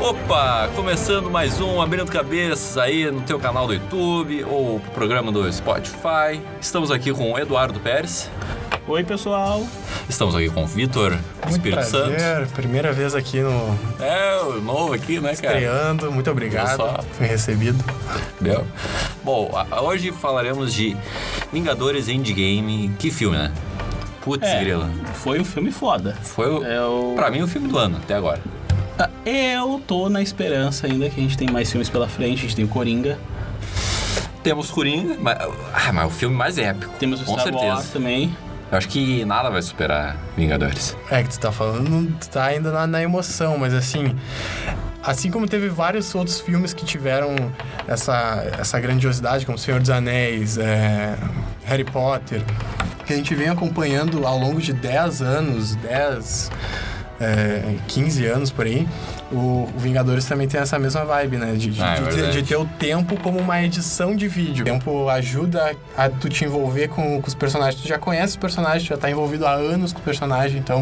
Opa! Começando mais um Abrindo Cabeças aí no teu canal do YouTube ou pro programa do Spotify. Estamos aqui com o Eduardo Pérez, Oi, pessoal. estamos aqui com o Vitor Muito Espírito Santo. prazer, primeira vez aqui no É, o novo aqui, né, cara? Estreando, muito obrigado, Olha só. fui recebido. Bel. Bom, a- hoje falaremos de Vingadores Endgame. Que filme, né? Putz, É. grila. Foi um filme foda. Foi, o, Eu. pra mim, o filme do ano até agora. Ah, Eu tô na esperança ainda que a gente tem mais filmes pela frente. A gente tem o Coringa. Temos Coringa, mas, ah, mas o filme mais épico. Temos o com Star certeza. Wars também. Eu acho que nada vai superar Vingadores. É que tu tá falando, tu tá ainda na, na emoção, mas assim, assim como teve vários outros filmes que tiveram essa, essa grandiosidade, como Senhor dos Anéis, é, Harry Potter, que a gente vem acompanhando ao longo de 10 anos, 10, é, 15 anos por aí, o, o Vingadores também tem essa mesma vibe, né? De, de- Ah, é de ter- verdade. de ter o tempo como uma edição de vídeo. O tempo ajuda a a tu te envolver com, com os personagens. Tu já conhece os personagens, tu já tá envolvido há anos com o personagem, então.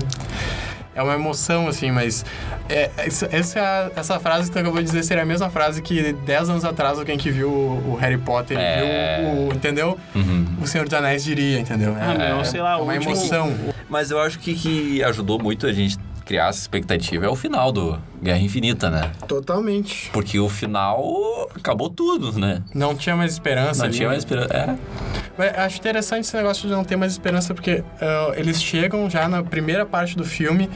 É uma emoção, assim, mas. é- essa, essa, essa frase que tu acabou de dizer seria a mesma frase que 10 anos atrás alguém que viu o o Harry Potter e É. Uhum. viu o. Entendeu? O Senhor dos Anéis diria, entendeu? Ah, meu, sei lá, é o uma último- emoção. Mas eu acho que que ajudou muito a gente criar essa expectativa é o final do Guerra Infinita, né? Totalmente. Porque o final acabou tudo, né? Não tinha mais esperança. Não ali, tinha né? mais esperança. É. Mas acho interessante esse negócio de não ter mais esperança, porque ah, eles chegam já na primeira parte do filme,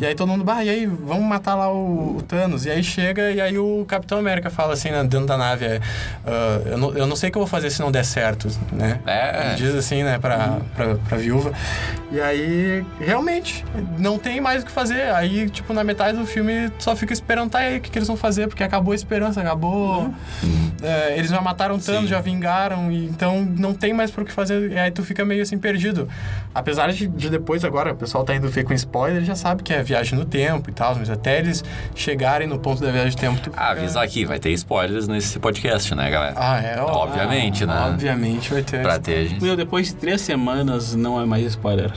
e aí todo mundo, bah, e aí, vamos matar lá o, o Thanos. E aí chega, e aí o Capitão América fala assim, né, dentro da nave, é, ah, eu, não, eu não sei o que eu vou fazer se não der certo, né? É. Ele diz assim, né, pra, pra, pra viúva. E aí, realmente, não tem mais o que fazer. Aí, tipo, na metade do filme, tu só fica esperando, tá e aí, o que, que eles vão fazer? Porque acabou a esperança, acabou... É, eles já mataram o Thanos, Sim. já vingaram, e então não tem mais pro que fazer. E aí tu fica meio assim, perdido. Apesar de, de depois, agora, o pessoal tá indo ver com spoiler, já sabe que é viagem no tempo e tal, mas até eles chegarem no ponto da viagem no tempo... Tu... Ah, avisar aqui, vai ter spoilers nesse podcast, né, galera? É. Ah, é? ó- Obviamente, né? Obviamente vai ter... Pra ter a gente. Meu, depois de três semanas não é mais spoiler.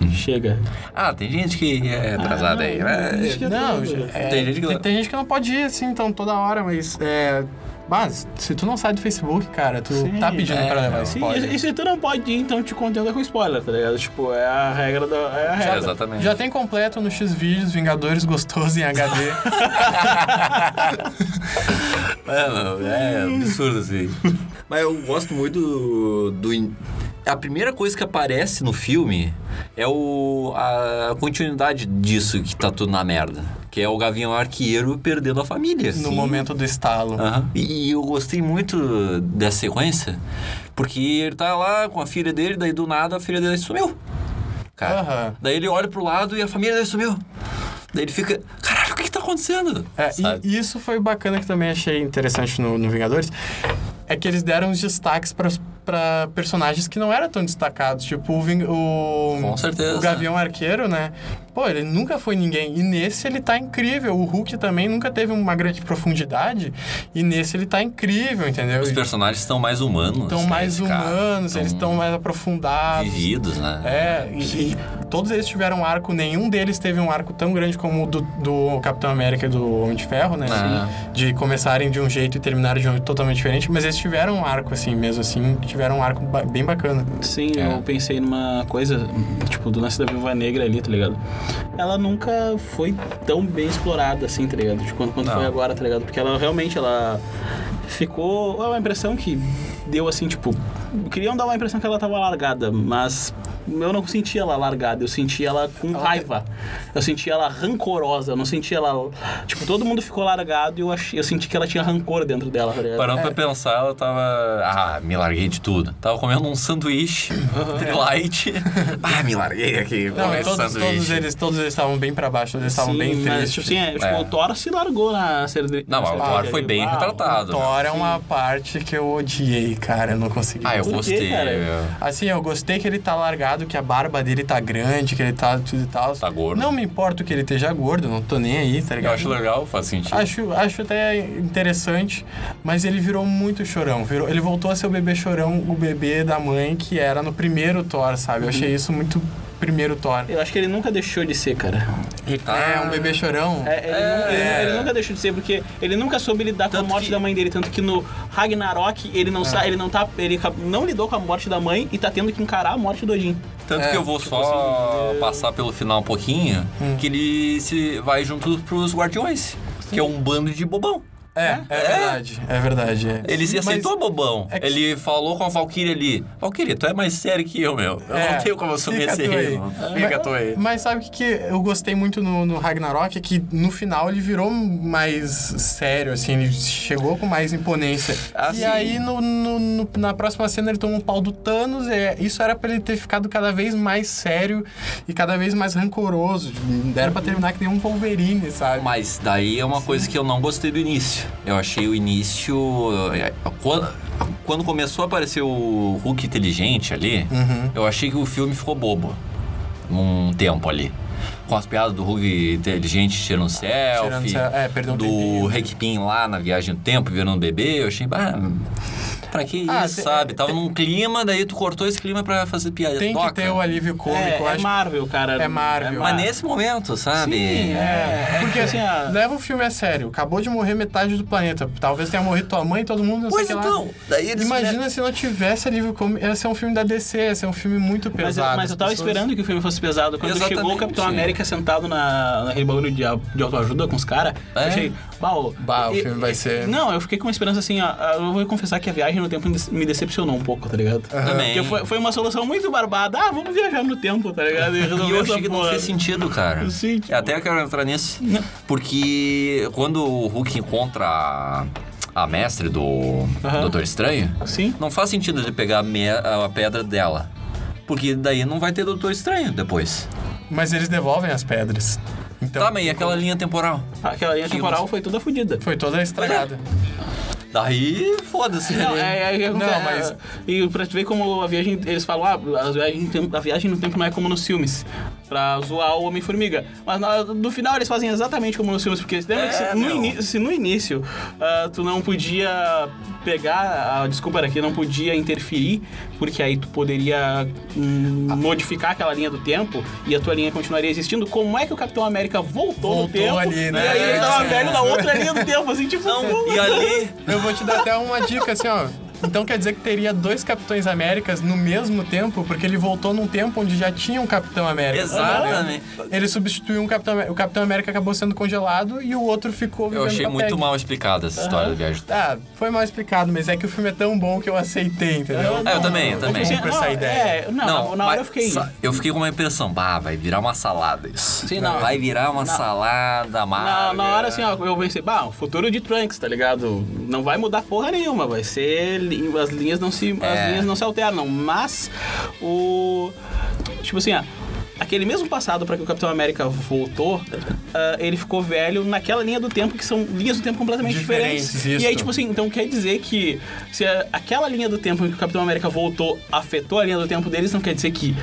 Hum. Chega. Ah, tem gente que é atrasada aí, né? acho que é Não, tudo. é, Tem gente que- tem- tem gente que não pode ir assim, então, toda hora, mas é. Mas, se tu não sai do Facebook, cara, tu Sim, tá pedindo é, pra levar não. Sim, spoiler. e, e se tu não pode ir, então te contenta com spoiler, tá ligado? Tipo, é a regra da. É a É, regra. exatamente. Já tem completo no X vídeos Vingadores Gostoso em HD. É, não, é absurdo assim. Mas eu gosto muito do, do in- A primeira coisa que aparece no filme é o, a continuidade disso que tá tudo na merda. Que é o Gavião Arqueiro perdendo a família. no Sim. momento do estalo. Aham. E, e eu gostei muito dessa sequência, porque ele tá lá com a filha dele, daí do nada a filha dele sumiu. Cara. Aham. Daí ele olha pro lado e a família dele sumiu. Daí ele fica, caralho, o que que tá acontecendo? É, Sabe? e isso foi bacana que também achei interessante no, no Vingadores. É que eles deram os destaques pra, pra personagens que não eram tão destacados. Tipo, o, Ving- o- Com certeza. o Gavião Arqueiro, né? Pô, ele nunca foi ninguém. E nesse ele tá incrível. O Hulk também nunca teve uma grande profundidade. E nesse ele tá incrível, entendeu? Os Eles personagens estão mais humanos. estão né, mais esse cara? humanos, eles estão mais aprofundados. Vividos, né? É, e, e todos eles tiveram um arco, nenhum deles teve um arco tão grande como o do, do Capitão América e do Homem de Ferro, né? Ah. assim, de começarem de um jeito e terminarem de um jeito totalmente diferente, mas eles tiveram um arco, assim, mesmo assim, tiveram um arco ba- bem bacana. Sim, É. eu pensei numa coisa, tipo, do lance da Viúva Negra ali, tá ligado? Ela nunca foi tão bem explorada assim, tá ligado? De quando, quando Não. foi agora, tá ligado? Porque ela realmente, ela ficou... É uma impressão que deu assim, tipo... Queriam dar uma impressão que ela tava largada, mas... Eu não sentia ela largada, eu sentia ela com raiva. Eu sentia ela rancorosa, eu não sentia ela. Tipo, todo mundo ficou largado e eu, achei, eu senti que ela tinha rancor dentro dela, tá É, ligado? Parando pra pensar, ela tava. Ah, me larguei de tudo. Tava comendo um sanduíche light. ah, me larguei aqui. Não, comer todos, é sanduíche. todos eles todos eles estavam bem pra baixo, todos eles estavam Sim, bem mas, tristes. tipo assim, é, tipo, É. o Thor se largou na cerveja. Não, mas o Thor foi bem retratado. né? Thor é uma parte que eu odiei, cara, eu não consegui. Ah, eu Por quê, gostei. cara? meu. Assim, eu gostei que ele tá largado, que a barba dele tá grande, que ele tá tudo e tal. Tá gordo. Não me importa que ele esteja gordo, não tô nem aí, tá Eu ligado? acho legal, faz sentido. Acho, acho até interessante, mas ele virou muito chorão. Virou, ele voltou a ser o bebê chorão, o bebê da mãe que Uhum. era no primeiro Thor, sabe? Eu achei isso muito primeiro Thor. Eu acho que ele nunca deixou de ser, cara. Ele Ah, é um bebê chorão. É, ele, Nunca, É. ele nunca deixou de ser, porque ele nunca soube lidar com Tanto a morte que- da mãe dele. Tanto que no Ragnarok ele É. não sa- ele não tá. Ele ca- não lidou com a morte da mãe e tá tendo que encarar a morte do Odin. Tanto É, que eu vou tipo só assim, é- passar pelo final um pouquinho, Hum. que ele se vai junto pros Guardiões, que é um bando de bobão. É, é, verdade. É verdade. é. Ele se Mas- aceitou bobão. é que- Ele falou com a Valkyrie ali, Valkyrie, tu é mais sério que eu, meu. Eu É, não tenho como assumir fica esse tu aí. É. erro. Fica tu aí. Mas sabe o que, que eu gostei muito no, no Ragnarok? É que no final ele virou mais sério, assim, ele chegou com mais imponência. Assim. E aí no- no- no- na próxima cena ele toma um pau do Thanos, é, isso era pra ele ter ficado cada vez mais sério e cada vez mais rancoroso. Era pra terminar que nem um Wolverine, sabe? Mas daí é uma coisa que eu não gostei do início. Eu achei o início. eh, Quando, quando começou a aparecer o Hulk inteligente ali, Uhum. eu achei que o filme ficou bobo. Um tempo ali. Com as piadas do Hulk inteligente tirando selfie. selfie, é, perdeu um do tempinho. Rick Pin lá na viagem do tempo, virando um bebê. Eu achei. Ah, pra que isso, Ah, cê- sabe? Tava num clima, daí tu cortou esse clima pra fazer piada. Tem que Toca. ter o alívio cômico, é, eu é acho. Marvel, cara. É Marvel. Mas nesse momento, sabe? Sim, é. Porque assim, a- leva o filme a sério. Acabou de morrer metade do planeta. Talvez tenha morrido tua mãe, todo mundo, não Pois sei o que então, lá. daí eles Imagina se não tivesse livro como. Ia ser um filme da DC, ia ser um filme muito Mas, eu- pesado. mas eu As tava pessoas- esperando que o filme fosse pesado. Quando Exatamente. chegou o Capitão América sentado na, naquele bagulho de, au- de autoajuda com os caras, É. eu achei, "Bah, Bah, o e- filme vai ser- Não, eu fiquei com uma esperança assim, ó, eu vou confessar que a viagem no tempo me dece- me decepcionou um pouco, tá ligado? Também. Porque foi, foi uma solução muito barbada. Ah, vamos viajar no tempo, tá ligado? E E eu resolver essa achei que não porra. fez sentido, cara. É Sim, tipo- Até eu quero entrar nisso. Porque quando o Hulk encontra a, a mestre do Doutor Estranho, Sim. não faz sentido ele pegar a, me- a pedra dela. Porque daí não vai ter Doutor Estranho depois. Mas eles devolvem as pedras. Então. Tá, mas e aquela linha temporal? Aquela linha Que temporal você- foi toda fodida. Foi toda estragada. Daí, foda-se. Não, né? é, é, é, Não, é, mas- E pra te ver como a viagem. Eles falam, ah, a viagem, a viagem no tempo não é como nos filmes. Pra zoar o Homem-Formiga. Mas na- no final eles fazem exatamente como nos filmes. Porque se, lembra que É, se, no, meu. ini- se no início ah, tu não podia pegar. A desculpa era que não podia interferir, porque aí tu poderia hum, modificar aquela linha do tempo e a tua linha continuaria existindo. Como é que o Capitão América voltou, Voltou no tempo? ali, né? E aí ele tava É. velho na outra linha do tempo, assim, tipo, Não, como? e ali. Eu vou te dar até uma dica assim, ó. Então quer dizer que teria dois Capitões Américas no mesmo tempo, porque ele voltou num tempo onde já tinha um Capitão América. Exatamente. Ele substituiu um Capitão América. O Capitão América acabou sendo congelado e o outro ficou vivendo Eu achei com a muito Peggy. mal explicada essa história da viagem. Ah, foi mal explicado, mas é que o filme é tão bom que eu aceitei, entendeu? Ah, eu também, eu Tô também. compra essa É assim, não, ideia. é, não, na- na mas hora eu fiquei. sa- Eu fiquei com uma impressão, bah, vai virar uma salada isso. Sim, não. Vai virar uma salada amarga. Na, na hora, assim, ó, eu pensei, bah, o futuro de Trunks, tá ligado? Não vai mudar porra nenhuma, vai ser. li- As linhas não se, É. as linhas não se alternam, mas o. Tipo assim, ó. Aquele mesmo passado pra que o Capitão América voltou, ah, ele ficou velho naquela linha do tempo, que são linhas do tempo completamente diferentes. Diferentes, isso. E aí, tipo assim, então quer dizer que se a- aquela linha do tempo em que o Capitão América voltou afetou a linha do tempo deles, não quer dizer que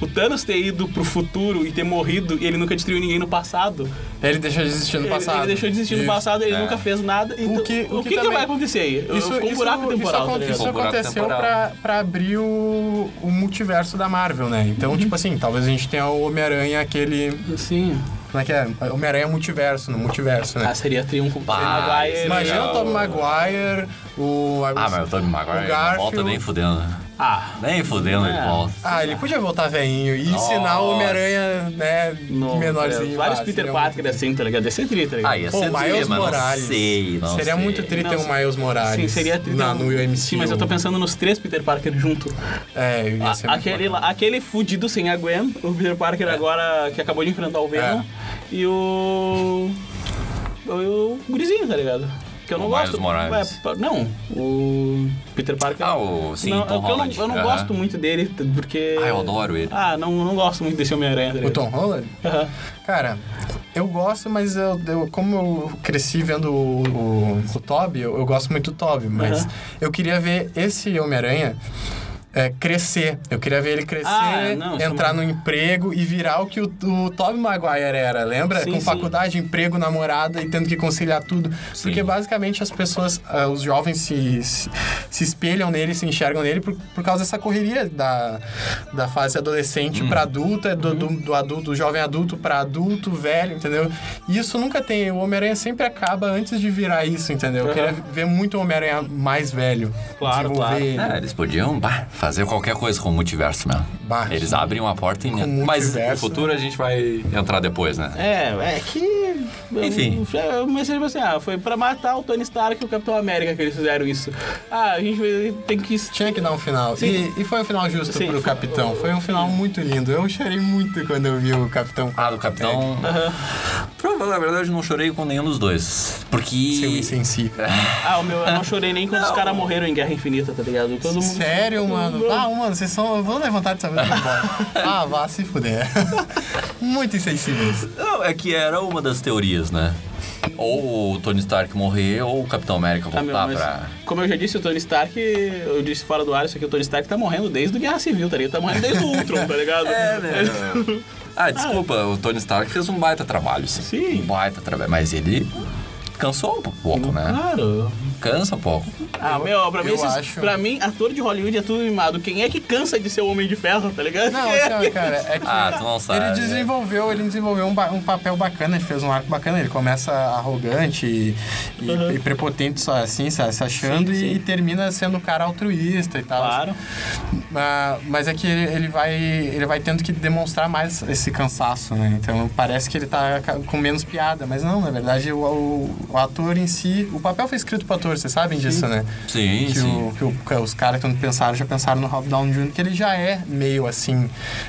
o Thanos ter ido pro futuro e ter morrido e ele nunca destruiu ninguém no passado, Ele deixou de existir no ele- passado. Ele, deixou de existir no Isso. passado, ele É. nunca fez nada. Então, o que, que- o que que também- vai acontecer aí? Eu- Isso, Ficou um isso- buraco temporal, isso, tá acon- ligado? isso Um buraco aconteceu temporal. pra, pra abrir o, o multiverso da Marvel, né? Então, tipo assim, talvez a gente tenha o Homem-Aranha, aquele. Sim. Como é que é? Homem-Aranha multiverso, no multiverso, né? Ah, seria triunfo. Bah, Ah, vai, Imagina o Tom Maguire, o. Ah, mas o Tobey Maguire O ele Garfield. volta nem fudendo. né? Ah, Nem fudendo ele É. volta. Ah, ele podia voltar veinho e ensinar o Homem-Aranha, né? no, menorzinho. é, Vários Ah, Peter seria Parker assim, tá ligado? Ia ser tri, tá ligado? Ah, ia Pô, ser tri, mas Miles não Morales. sei, não Seria sei. muito triste Não, ter o sim. Miles Morales. Sim, seria tri. tá na, no UMC. Sim, mas eu tô pensando nos três Peter Parker junto. É, eu ia ser muito Aquele, lá- aquele fudido sem a Gwen, o Peter Parker agora que acabou de enfrentar o Venom. É. E o. E o Gurizinho, tá ligado? Que eu não O Miles gosto. Morales. É, pa- não, o Peter Parker. Ah, o- sim, não, Tom é que eu não, Holland. eu não Aham. gosto muito dele, t- porque. Ah, eu adoro ele. Ah, não, não gosto muito desse Homem-Aranha. tá O ligado? Tom Holland? Aham. Cara, eu gosto, mas eu, eu- como eu cresci vendo o, o, o Toby, eu, eu gosto muito do Toby, mas Aham. eu queria ver esse Homem-Aranha é, crescer. Eu queria ver ele crescer, Ah, não, isso entrar é no emprego e virar o que o, o Tobey Maguire era, lembra? Sim, Com sim. faculdade, emprego, namorada e tendo que conciliar tudo. Porque basicamente as pessoas, ah, os jovens se, se, se espelham nele, se enxergam nele por, por causa dessa correria da, da fase Uhum. adolescente pra adulta, do, do, do adulto, do jovem adulto pra adulto, velho, entendeu? E isso nunca tem. O Homem-Aranha sempre acaba antes de virar isso, entendeu? Eu queria ver muito o Homem-Aranha mais velho. Claro, desenvolver claro. ele. É, eles podiam bah, fazer qualquer coisa com o multiverso mesmo. Bah, eles sim. abrem uma porta e o Mas no multiverso, né? futuro a gente vai entrar depois, né? É, é que. eu- Enfim. Eu, eu pensei tipo assim, ah, foi pra matar o Tony Stark e o Capitão América que eles fizeram isso. Ah, a gente vai- tem que. Tinha que dar um final. É. Sim. E, e foi um final justo Sim. pro Capitão. Foi um final muito lindo. Eu chorei muito quando eu vi o Capitão. Ah, do Capitão. É. Pra falar a verdade, eu não chorei com nenhum dos dois. Porque. Seu insensível. Ah, o meu, eu não chorei nem quando os caras morreram em Guerra Infinita, tá ligado? Todo mundo. Sério, mano? Ah, mano, vocês são. Eu vou levantar dessa vez e vou embora. Ah, vá se fuder. muito insensíveis. Não, é que era uma das teorias, né? Ou o Tony Stark morrer, ou o Capitão América Ah, meu, voltar mas Tá pra. Como eu já disse, o Tony Stark, eu disse fora do ar isso aqui, o Tony Stark tá morrendo desde o Guerra Civil, tá ligado? Tá morrendo desde o Ultron, tá ligado? É, né? ah, desculpa, o Tony Stark fez um baita trabalho, sim. Sim. Um baita trabalho. Mas ele cansou um pouco, Ah. né? Claro. Cansa um pouco. Ah, Eu- meu, pra mim, eu esses- acho- pra mim, ator de Hollywood é tudo mimado. Quem é que cansa de ser o Homem de Ferro, tá ligado? Não, Quem é? então, cara, é que. Ah, tu não sabe. Ele desenvolveu, ele desenvolveu um, ba- um papel bacana, ele fez um arco bacana, ele começa arrogante e, e- e prepotente só assim, sabe, se achando Sim, e- sim. E, termina sendo um cara altruísta e tal. Claro. Ah, mas é que ele, ele vai, ele vai tendo que demonstrar mais esse cansaço, né? Então parece que ele tá ca- com menos piada, mas não, na verdade o, o- o ator em si, o papel foi escrito pro ator, vocês sabem disso, né? Sim, que, sim. o- que o- que os caras quando pensaram, já pensaram no Rob Downey Jr., que ele já é meio assim,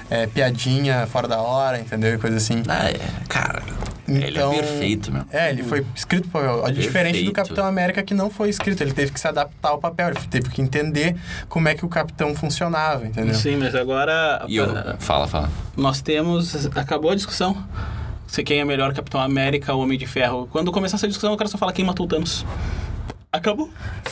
é, piadinha, fora da hora, entendeu? E coisa assim. Ah, é, cara, ele é Então- perfeito, meu. É, ele foi escrito pro papel. Diferente do Perfeito. Capitão América, é que não foi escrito. Ele teve que se adaptar ao papel, ele teve que entender como é que o Capitão funcionava, entendeu? Sim, mas agora E eu... Ah. pa- Fala, fala. nós temos. Acabou a discussão. Se quem é melhor, Capitão América ou Homem de Ferro. Quando começar essa discussão, eu quero só falar quem matou o Thanos. Acabou.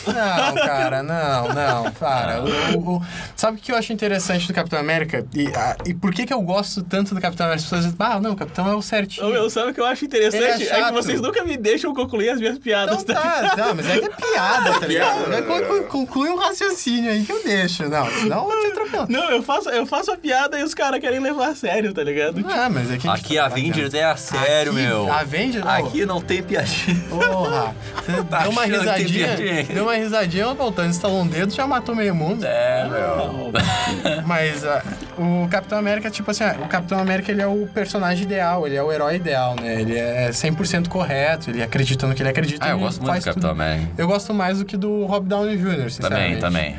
Não, cara, não, não, para. O- o- o- sabe o que eu acho interessante do Capitão América? E, a- e por que, que eu gosto tanto do Capitão América? As pessoas dizem, ah, não, o Capitão é o certinho. Eu, sabe o que eu acho interessante? Ele é É, que chato. vocês nunca me deixam concluir as minhas piadas. Então tá, não, mas é que é piada, tá ligado? Conclui, conclui um raciocínio aí que eu deixo. Não, senão eu te atropelo. Não, eu faço, eu faço a piada e os caras querem levar a sério, tá ligado? Ah, mas é que gente Aqui tá a Avengers batendo. é a sério, Aqui, meu. Avengers, não. Aqui não tem piadinha. Porra! Você Tá deu uma achando que tem risadinha. piadinha? Deu uma risadinha, o Boltano instalou um dedo já matou meio mundo. É, meu. Não. Mas ah, o Capitão América, tipo assim, ah, o Capitão América ele é o personagem ideal, ele é o herói ideal, né? Ele é 100% correto, ele acredita no que ele acredita. Ah, eu ele gosto muito faz do Capitão tudo. América. Eu gosto mais do que do Rob Downey Jr., Também, sinceramente. também.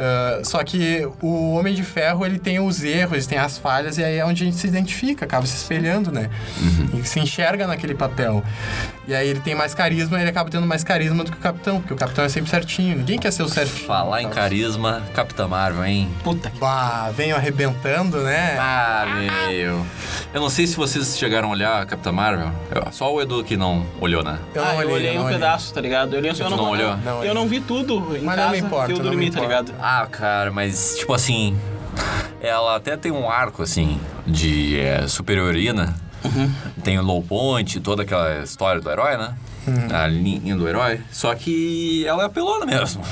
Ah, só que o Homem de Ferro, ele tem os erros, tem as falhas, e aí é onde a gente se identifica, acaba se espelhando, né? Uhum. E se enxerga naquele papel. E aí ele tem mais carisma, ele acaba tendo mais carisma do que o Capitão, porque o Capitão é sempre certinho. Ninguém quer ser o certinho. Falar em Tá? carisma, Capitã Marvel, hein? Puta que. Bah, venho arrebentando, né? Ah, meu. Eu não sei se vocês chegaram a olhar a Capitã Marvel. Eu- Só o Edu que não olhou, né? Eu ah, eu olhei não um olhei. pedaço, tá ligado? Eu, olhei, eu, Tu não olhou? Eu, Não não olhei. vi tudo em Mas não casa, me importa, que eu não me dormi, tá importa. ligado? Ah, cara, mas tipo assim. Ela até tem um arco, assim, de é, superiorina. Uhum. Tem o low point, toda aquela história do herói, né? Uhum. A linha do herói. Só que ela é apelona mesmo.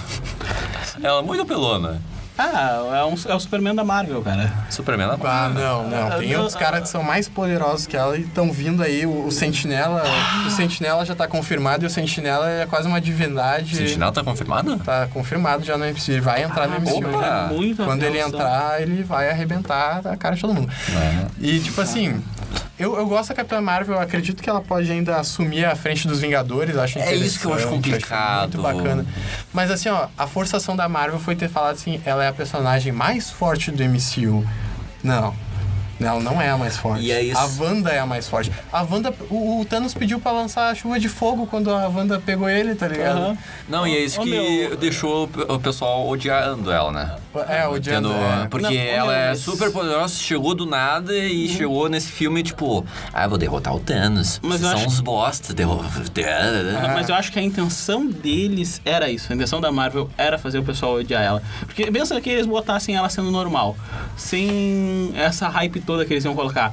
ela é muito apelona. Ah, é, um, é o Superman da Marvel, cara. Superman é Ah, não, não. Tem Ah, outros não. caras que são mais poderosos que ela e estão vindo aí. O, o Sentinela, Ah. o Sentinela já tá confirmado e o Sentinela é quase uma divindade. Sentinela tá confirmada? Tá confirmado já no MCU. Ele vai entrar no MCU. opa! já. É muito Quando ele apelação. entrar, ele vai arrebentar a cara de todo mundo. É. E, tipo assim, eu, eu gosto da Capitã Marvel. Eu acredito que ela pode ainda assumir a frente dos Vingadores. Acho É isso que eu acho interessante, complicado. Muito bacana. Mas, assim, ó, a forçação da Marvel foi ter falado assim: ela é a personagem mais forte do MCU. Não. Ela não é a mais forte. E é isso. A Wanda é a mais forte. A Wanda. O, o Thanos pediu pra lançar a chuva de fogo quando a Wanda pegou ele, tá ligado? Aham. Não, e é isso Ô, que meu. deixou o o pessoal odiando ela, né? É, o Odiando, Jando. É. Porque Não, Uhum. ô, ela meu, é mas- super poderosa, chegou do nada e chegou nesse filme, tipo, ah, eu vou derrotar o Thanos. Mas Vocês eu são acho- uns bosta. derro- Não, Ah, Mas eu acho que a intenção deles era isso. A intenção da Marvel era fazer o pessoal odiar ela. Porque pensa que eles botassem ela sendo normal, sem essa hype toda que eles iam colocar.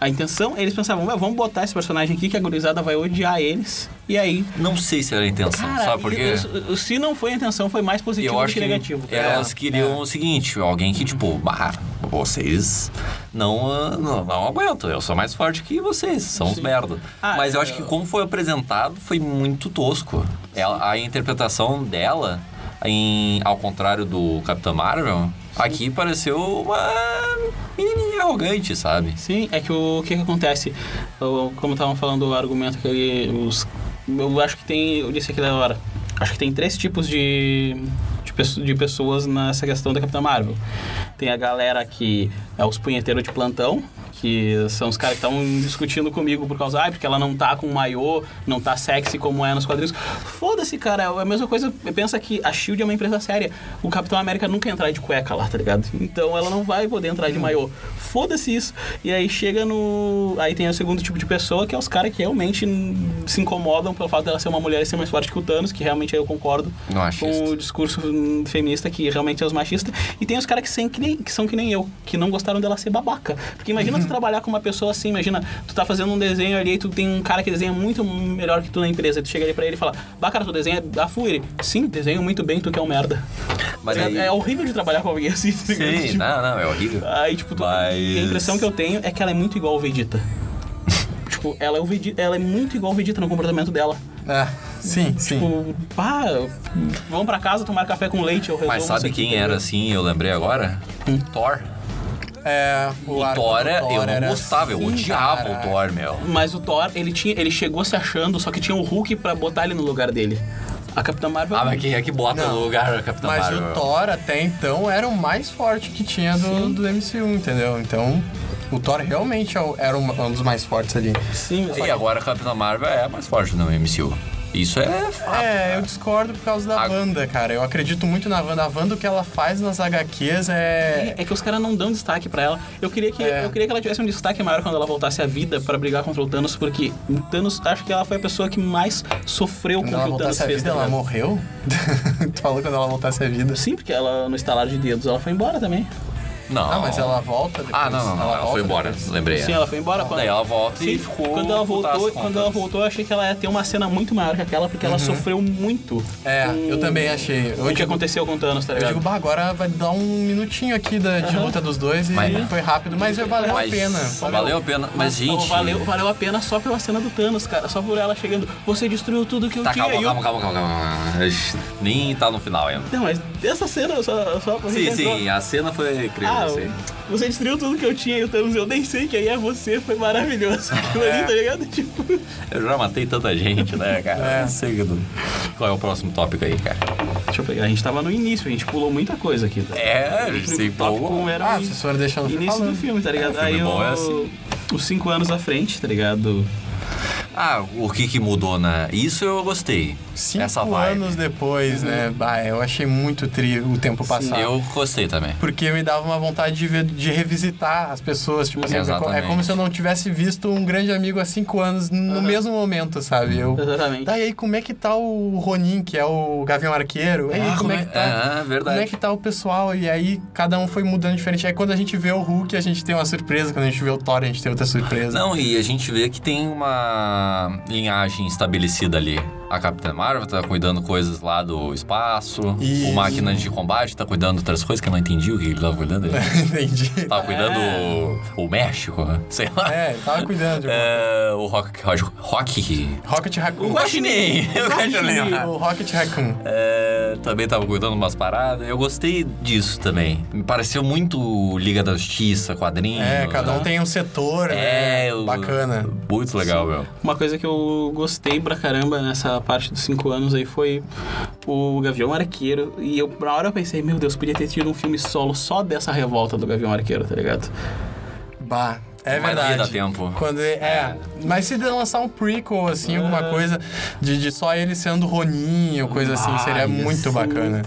A intenção, eles pensavam, "Ué, vamos botar esse personagem aqui que a gurizada vai odiar eles. E aí. Não sei se era a intenção, Cara, sabe por e- quê? e- se não foi a intenção, foi mais positivo Eu do acho que que tipo é um negativo. tá É. cara. elas queriam o seguinte, alguém que, tipo, bah, vocês não, ah, não, não aguento, eu sou mais forte que vocês, são uns merda. Ah, Mas eu é, acho que como foi apresentado, foi muito tosco. Ela- a interpretação dela, em, ao contrário do Capitão Marvel, aqui pareceu uma menininha arrogante, sabe? Sim, é que o, o que, que acontece? Eu- como estavam falando o argumento que ele, os, eu acho que tem, eu disse aquela hora, acho que tem três tipos de, de, pesso- de pessoas nessa questão da Capitã Marvel. Tem a galera que é os punheteiros de plantão, que são os caras que estão discutindo comigo por causa, ah, porque ela não tá com maiô, não tá sexy como é nos quadrinhos. Foda-se, cara, é a mesma coisa, pensa que a SHIELD é uma empresa séria. O Capitão América nunca ia entrar de cueca lá, tá ligado? Então ela não vai poder entrar de maiô. Foda-se isso. E aí chega no... Aí tem o segundo tipo de pessoa, que é os caras que realmente hum, se incomodam pelo fato dela ser uma mulher e ser mais forte que o Thanos, que realmente eu concordo Não acho com isso. o discurso hum, feminista que realmente é os machistas. E tem os caras que, sem- que nem- que são que nem eu, que não gostaram dela ser babaca. Porque imagina Uhum. tu trabalhar com uma pessoa assim, imagina, tu tá fazendo um desenho ali e tu tem um cara que desenha muito melhor que tu na empresa. E tu chega ali pra ele e fala, bah, cara, tu desenha da Fury. Sim, desenho muito bem, tu que é um merda. Mas aí- É, é horrível de trabalhar com alguém assim. tá ligado? Sim, Tipo, não, não, é horrível. Aí, tipo, tu- Mas- e a impressão que eu tenho é que ela é muito igual o Vegeta. tipo, ela é, o Vegeta, ela é muito igual o Vegeta no comportamento dela. É. Sim, sim. Tipo, pá, vamos pra casa tomar café com leite, eu resolvo Mas isso sabe aqui, quem entendeu? era assim, eu lembrei agora? Hum. Thor. É, O arco do Thor, é- eu era não gostava, eu assim, odiava cara. o Thor, meu. Mas o Thor, ele, tinha, ele chegou se achando, só que tinha o Hulk pra botar ele no lugar dele. A Capitã Marvel. Ah, mas quem é que bota Não. no lugar o Capitão Mas Marvel? o Thor até então era o mais forte que tinha do, do MCU, entendeu? Então o Thor realmente é o- era um, um dos mais fortes ali. Sim, mas- E agora a Capitã Marvel é a mais forte no MCU. Isso é fato. É, eu discordo por causa da A- Wanda, cara. Eu acredito muito na Wanda. A Wanda, o que ela faz nas HQs é. É que os caras não dão destaque pra ela. Eu queria, que, É. eu queria que ela tivesse um destaque maior quando ela voltasse à vida pra brigar contra o Thanos, porque o Thanos, acho que ela foi a pessoa que mais sofreu com Quando o ela que o Thanos voltasse à fez. vida, tá ela ligado? morreu? tu falou quando ela voltasse à vida. Sim, porque ela, no estalar de dedos, ela foi embora também. Não. Ah, mas ela volta depois. Ah, não, não, não. Ela, volta foi embora, depois. lembrei. Sim, ela foi embora. Quando... É. Daí ela volta Sim, e ficou. quando ela putaça voltou, com Uhum. quando o ela Thanos. voltou, eu achei que ela ia ter uma cena muito maior que aquela, porque ela sofreu muito É, eu também achei. Hum. o Eu que digo, aconteceu com o Thanos, tá eu ligado? digo, bah, agora vai dar um minutinho aqui da, de Aham. luta dos dois e Mas- foi rápido, mas valeu Mas a pena. Valeu a pena. Mas, Pô, gente. Então, tá, valeu, valeu a pena só pela cena do Thanos, cara. Só por ela chegando. Você destruiu tudo que eu Tá, tinha. calma, e eu- calma, calma, calma, calma. Ixi, Nem tá no final ainda. Não, mas essa cena eu só... só Sim, entrou- sim, a cena foi incrível. Ah, assim. você destruiu tudo que eu tinha e o Thanos, eu nem sei quem é você, foi maravilhoso. Aquilo É. ali, tá ligado? Tipo... Eu já matei tanta gente, né, cara? É. Não sei que do- Qual é o próximo tópico aí, cara? Deixa eu pegar, a gente tava no início, a gente pulou muita coisa aqui. Tá? É, a gente se O tópico empolgou. era o Ah, vocês foram deixando eu início do falando. filme, tá ligado? É, o filme Aí bom o- é assim. os cinco anos à frente, tá ligado? Ah, o que que mudou, né? Isso eu gostei. Cinco Essa vibe. anos depois, né? Bah, eu achei muito tri o tempo passado. Eu gostei também. Porque me dava uma vontade de, ver, de revisitar as pessoas. Tipo assim, é co- é Exatamente. como se eu não tivesse visto um grande amigo há cinco anos no mesmo momento, sabe? Eu, Exatamente. Tá, e aí como é que tá o Ronin, que é o Gavião Arqueiro? E aí, Ah, como é que tá? É, é verdade. Como é que tá o pessoal? E aí cada um foi mudando diferente. Aí quando a gente vê o Hulk, a gente tem uma surpresa. Quando a gente vê o Thor, a gente tem outra surpresa. Não, e a gente vê que tem uma linhagem estabelecida ali. A Capitã Marvel tá cuidando coisas lá do espaço, Isso. o Máquina de Combate tá cuidando de outras coisas que eu não entendi o que ele tava cuidando. Ele Entendi. tava cuidando o, o México, né? sei lá. É, ele tava cuidando. de alguma É, o Rock... Rock... Rocket Raccoon. O Guaxinim! O Guaxinim! O Rocket Raccoon. É, também tava cuidando umas paradas. Eu gostei disso também. Me pareceu muito Liga da Justiça, quadrinho. É, cada um tem um setor, É, né? o- Bacana. Muito legal, meu. Uma coisa que eu gostei pra caramba nessa parte dos cinco anos aí foi o Gavião Arqueiro. E eu, na Então hora, eu pensei, meu Deus, podia ter tido um filme solo só dessa revolta do Gavião Arqueiro, tá ligado? Bah, é Mas não ia verdade. dar tempo. Quando é, é. mas se lançar um prequel, assim, alguma coisa de, de só ele sendo Roninho, coisa assim, Ah, seria muito bacana.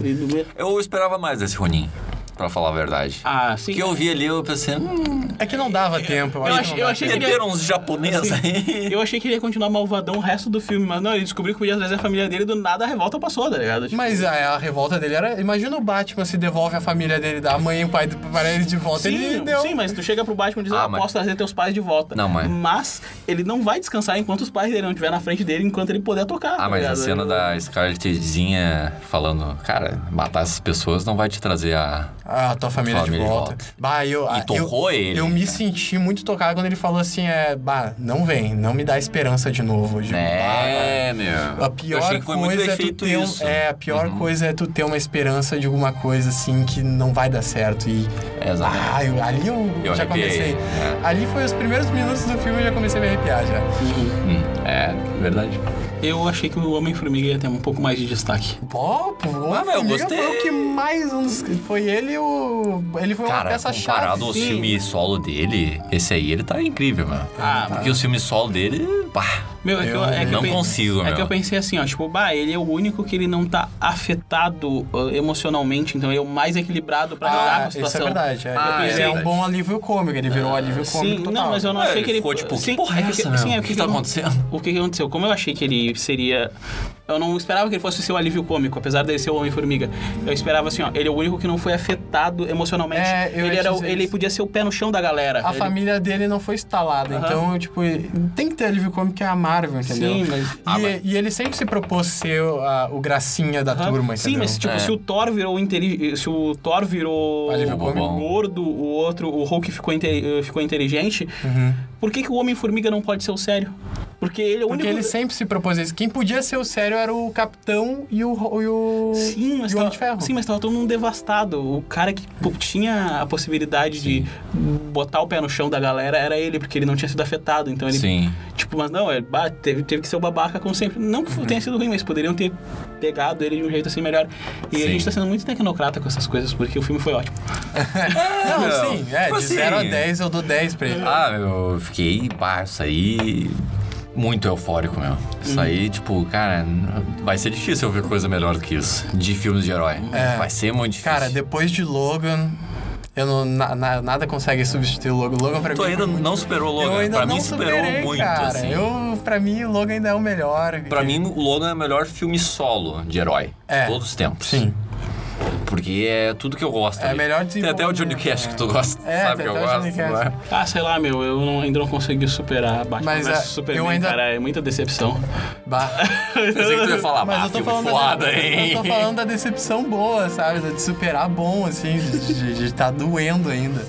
Eu esperava mais desse Ronin, pra falar a verdade. Ah, sim. O que eu vi ali, eu pensei, hum, É que não dava tempo, eu, Eu acho. achei- que não eu dá achei tempo. meteram uns japoneses aí. Eu achei que ele ia continuar malvadão o resto do filme, mas não, ele descobriu que podia trazer a família dele e do nada a revolta passou, tá ligado? Tipo, Mas a, a revolta dele era. Imagina o Batman se devolve a família dele, dá a mãe e o pai para ele de volta. ele Sim, deu. sim, mas tu chega pro Batman e diz, Ah, ah, mas- posso trazer teus pais de volta. Não, mas- Mas ele não vai descansar enquanto os pais dele não estiver na frente dele, enquanto ele puder tocar. Ah, tá mas a ligado? cena da Scarletzinha falando, cara, matar essas pessoas não vai te trazer a. Ah, tua família, Família de de volta. volta. Bah, eu, ah, torrou eu, ele, né? Eu me cara. senti muito tocado quando ele falou assim: é, bah, não vem, não me dá esperança de novo. Eu digo, É, meu. "Bah, a pior eu achei que foi muito coisa é tu efeito ter um- isso. Uhum. é, a pior coisa é tu ter uma esperança de alguma coisa assim que não vai dar certo e É, exatamente. ah, eu- ali eu, Eu já arrepiei, comecei. né? Ali foi os primeiros minutos do filme e já comecei a me arrepiar já. Hum, é, verdade. Eu achei que o Homem-Formiga ia ter um pouco mais de destaque. Pô, pô, o Ah, velho, eu Formiga gostei. foi o que mais um dos- foi ele e o ele foi uma Cara, peça comparado chave. aos sim. filmes solo dele, esse aí ele tá incrível, mano. Ah, Porque os filmes solo dele, pá, Meu, é que eu, é que não eu pe- consigo, É meu. que eu pensei assim, ó, tipo, bah, ele é o único que ele não tá afetado ah, emocionalmente, então ele é o mais equilibrado pra lidar com Ah, a isso é situação. verdade. É. Ah, ele é é um verdade. bom alívio cômico, ele virou um alívio cômico Sim, total. não, mas eu não É, achei ele que ele. ficou tipo, que sim, porra é que- essa, meu? Sim, é O que que tá eu- acontecendo? O que que aconteceu? Como eu achei que ele seria. Eu não esperava que ele fosse o seu alívio cômico, apesar dele ser o Homem-Formiga. Eu esperava assim, ó, ele é o único que não foi afetado emocionalmente. É, eu ele ia era, o- dizer ele isso. podia ser o pé no chão da galera. A Ele- família dele não foi instalada, então, tipo, tem que ter alívio cômico, que é a Marvel, entendeu? Sim, mas- E, Ah, mas- e ele sempre se propôs ser o, a- o gracinha da Aham. turma, Sim, entendeu? mas tipo, É. Ah, se o Thor virou inteli- se o Thor virou Alívio cômico. gordo, o outro, o Hulk ficou, inte- eh, ficou inteligente, Uhum. por que, que o Homem-Formiga não pode ser o sério? Porque ele é o Porque único. ele sempre se propôs isso. Quem podia ser o sério era o Capitão e o... Ro- E o... Sim, mas, e o Homem de tava, Ferro. sim, mas tava todo mundo devastado. O cara que pô, tinha a possibilidade de botar o pé no chão da galera era ele, porque ele não tinha sido afetado. Então ele. Sim. Tipo, mas não, ele bah, teve, teve que ser o babaca como sempre. Não que Uhum. tenha sido ruim, mas poderiam ter pegado ele de um jeito assim melhor. E a Sim. gente tá sendo muito tecnocrata com essas coisas, porque o filme foi ótimo. Não, Não, sim, é, tipo de assim- 0 a 10 eu dou 10 pra ele. Ah, meu, eu fiquei, pá, isso aí. Muito eufórico, meu. Uhum. Isso aí, tipo, cara, n- vai ser difícil eu ver coisa melhor do que isso. De filmes de herói. Vai ser muito difícil. É. Cara, depois de Logan, eu não, na- na- nada consegue substituir o Logan. Logan pra Tu mim... ainda foi muito- não superou o Eu Logan. ainda Pra não mim superou superei, muito, cara. assim. Eu, pra mim, o Logan ainda é o melhor. Pra mim, o Logan é o melhor filme solo de herói. É. Todos os tempos. Sim. Porque é tudo que eu gosto. É ali. melhor Tem até o Johnny desenvolvimento, Cash é. que tu gosta. É, sabe tem que eu até o gosto. Johnny Cash. né? Ah, sei lá, meu, eu não- ainda não consegui superar a Batman Mas, vs ah, Superman, eu ainda- cara, é muita decepção. Bah. Pensei que tu ia falar, Mas mas eu tô, filme falando foda, da, hein? eu tô falando da decepção boa, sabe? De superar bom, assim, de, de, de tá doendo ainda.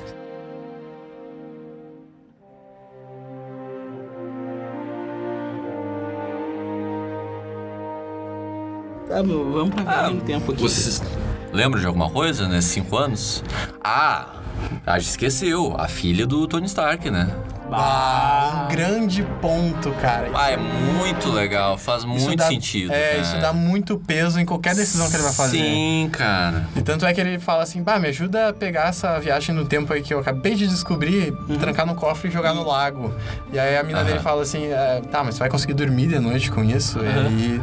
Tá, meu, vamos pra Ah, viagem no tempo aqui. Vocês lembram de alguma coisa nesses cinco anos? Ah, a gente esqueceu. A filha do Tony Stark, né? Ah, um grande ponto, cara. Ah, é muito legal. Faz Isso muito dá- sentido. É, né? isso dá muito peso em qualquer decisão que ele vai fazer. Sim, cara. E tanto é que ele fala assim, bah, me ajuda a pegar essa viagem no tempo aí que eu acabei de descobrir, Uhum. trancar no cofre e jogar no lago. E aí a mina Aham. dele fala assim, "É, tá, mas você vai conseguir dormir de noite com isso? E aí,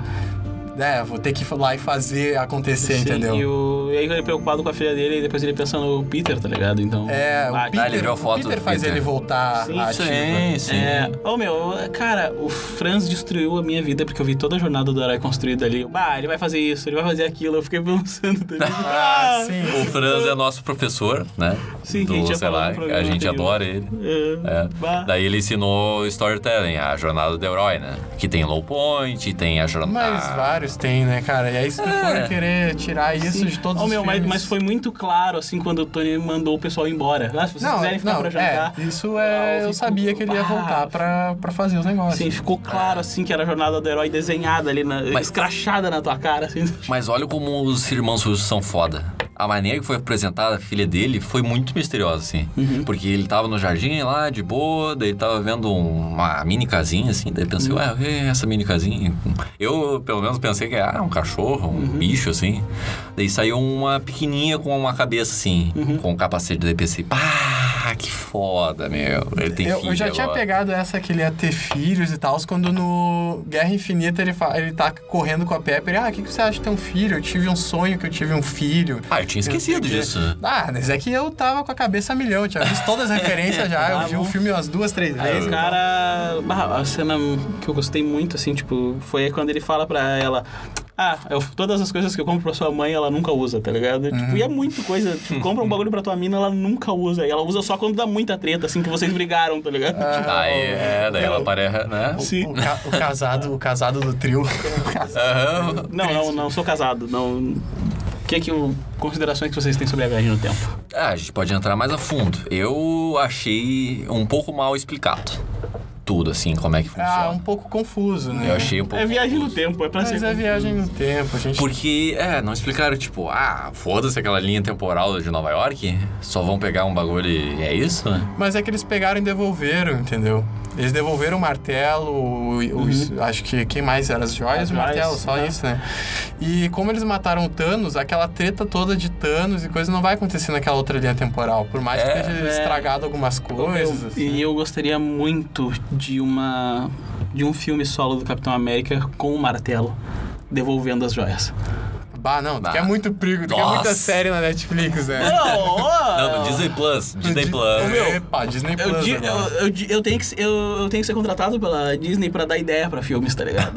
é, vou ter que ir lá e fazer acontecer, Sim, entendeu? E, o... e aí ele é preocupado com a filha dele e depois ele pensa no Peter, tá ligado? Então. É, o Ah, Peter, ele viu a o foto do Peter faz Peter. ele voltar Sim, à ativa. né? Sim, sim. É, ô meu, cara, o Franz destruiu a minha vida porque eu vi toda a jornada do herói construída ali. Ah, ele vai fazer isso, ele vai fazer aquilo. Eu fiquei pensando tá também. Ah, sim. O Franz é nosso professor, né? Sim, do, que a gente é já sei falou lá, no programa a gente anterior. adora ele. É, É. bah. Daí ele ensinou storytelling, a jornada do herói, né? Que tem low point, tem a jornada. Ah. Mas vários tem, né, cara? E aí se tu for querer tirar isso de todos Ô, os É. meu, mas, filmes... mas foi muito claro, assim, quando o Tony mandou o pessoal embora. Ah, se vocês Não, quiserem ficar não, pra é, jantar. isso é... Ah, eu sabia que ele ia ah, voltar pra, pra fazer os negócios. Assim, ficou claro, assim, que era a jornada do herói desenhada ali, na, escrachada na tua cara, assim. Mas olha como os irmãos russos são foda. A maneira que foi apresentada a filha dele foi muito misteriosa, assim. Uhum. Porque ele tava no jardim lá, de boa, daí ele tava vendo uma mini casinha, assim. Daí Uhum. pensei, ué, o que é essa mini casinha? Eu, pelo menos, pensei que era um cachorro, Uhum. um bicho, assim. Uhum. Daí saiu uma pequenininha com uma cabeça, assim, com um capacete. Daí pensei, pá, ah, que foda, meu. Ele tem Eu, filho eu já tinha agora. pegado essa que ele ia ter filhos e tal, quando no Guerra Infinita ele, fa- ele tá correndo com a Pepper. ele, Ah, o que, que você acha de ter um filho? Eu tive um sonho que eu tive um filho. Ah, eu tinha esquecido disso. Ah, mas é que eu tava com a cabeça a milhão, eu tinha visto todas as referências já, eu vi o filme umas duas, três Aí vezes. o cara. Bah, a cena que eu gostei muito, assim, tipo, foi quando ele fala pra ela. Ah, eu- todas as coisas que eu compro pra sua mãe, ela nunca usa, tá ligado? Uhum. Tipo, e é muito coisa. Tipo, compra um bagulho pra tua mina, ela nunca usa. E ela usa só quando dá muita treta, assim, que vocês brigaram, tá ligado? Tipo, Ah, Daí, é, daí ela parece, né? se- O, ca- o casado, o casado do trio. Ah, Aham. Não, não, não, sou casado. Não. O que é que o. Considerações que vocês têm sobre a viagem no tempo? Ah, a gente pode entrar mais a fundo. Eu achei um pouco mal explicado. Tudo, assim, como é que Ah, um funciona. pouco confuso, né? Eu achei um pouco... É viagem no tempo, é pra Mas ser. é viagem no tempo, a gente. Porque, é, não explicaram, tipo, ah, foda-se aquela linha temporal de Nova York, só vão pegar um bagulho e é isso? Mas é que eles pegaram e devolveram, entendeu? Eles devolveram o martelo, o- os- acho que quem mais eram as joias As e o martelo, joias, só né? isso, né? E como eles mataram o Thanos, aquela treta toda de Thanos e coisa não vai acontecer naquela outra linha temporal, por mais É, que tenha é. estragado algumas coisas. Eu- assim. E eu gostaria muito de uma de um filme solo do Capitão América com o martelo devolvendo as joias. Bah, não, tu Bah. quer muito perigo, tu quer Nossa. muita série na Oh, Netflix, né? Não, no Disney Plus, Disney Plus. Epa, Disney Plus. Eu, di- eu, agora. eu di- eu tenho que, se- eu, eu tenho que ser contratado pela Disney pra dar ideia pra filmes, tá ligado?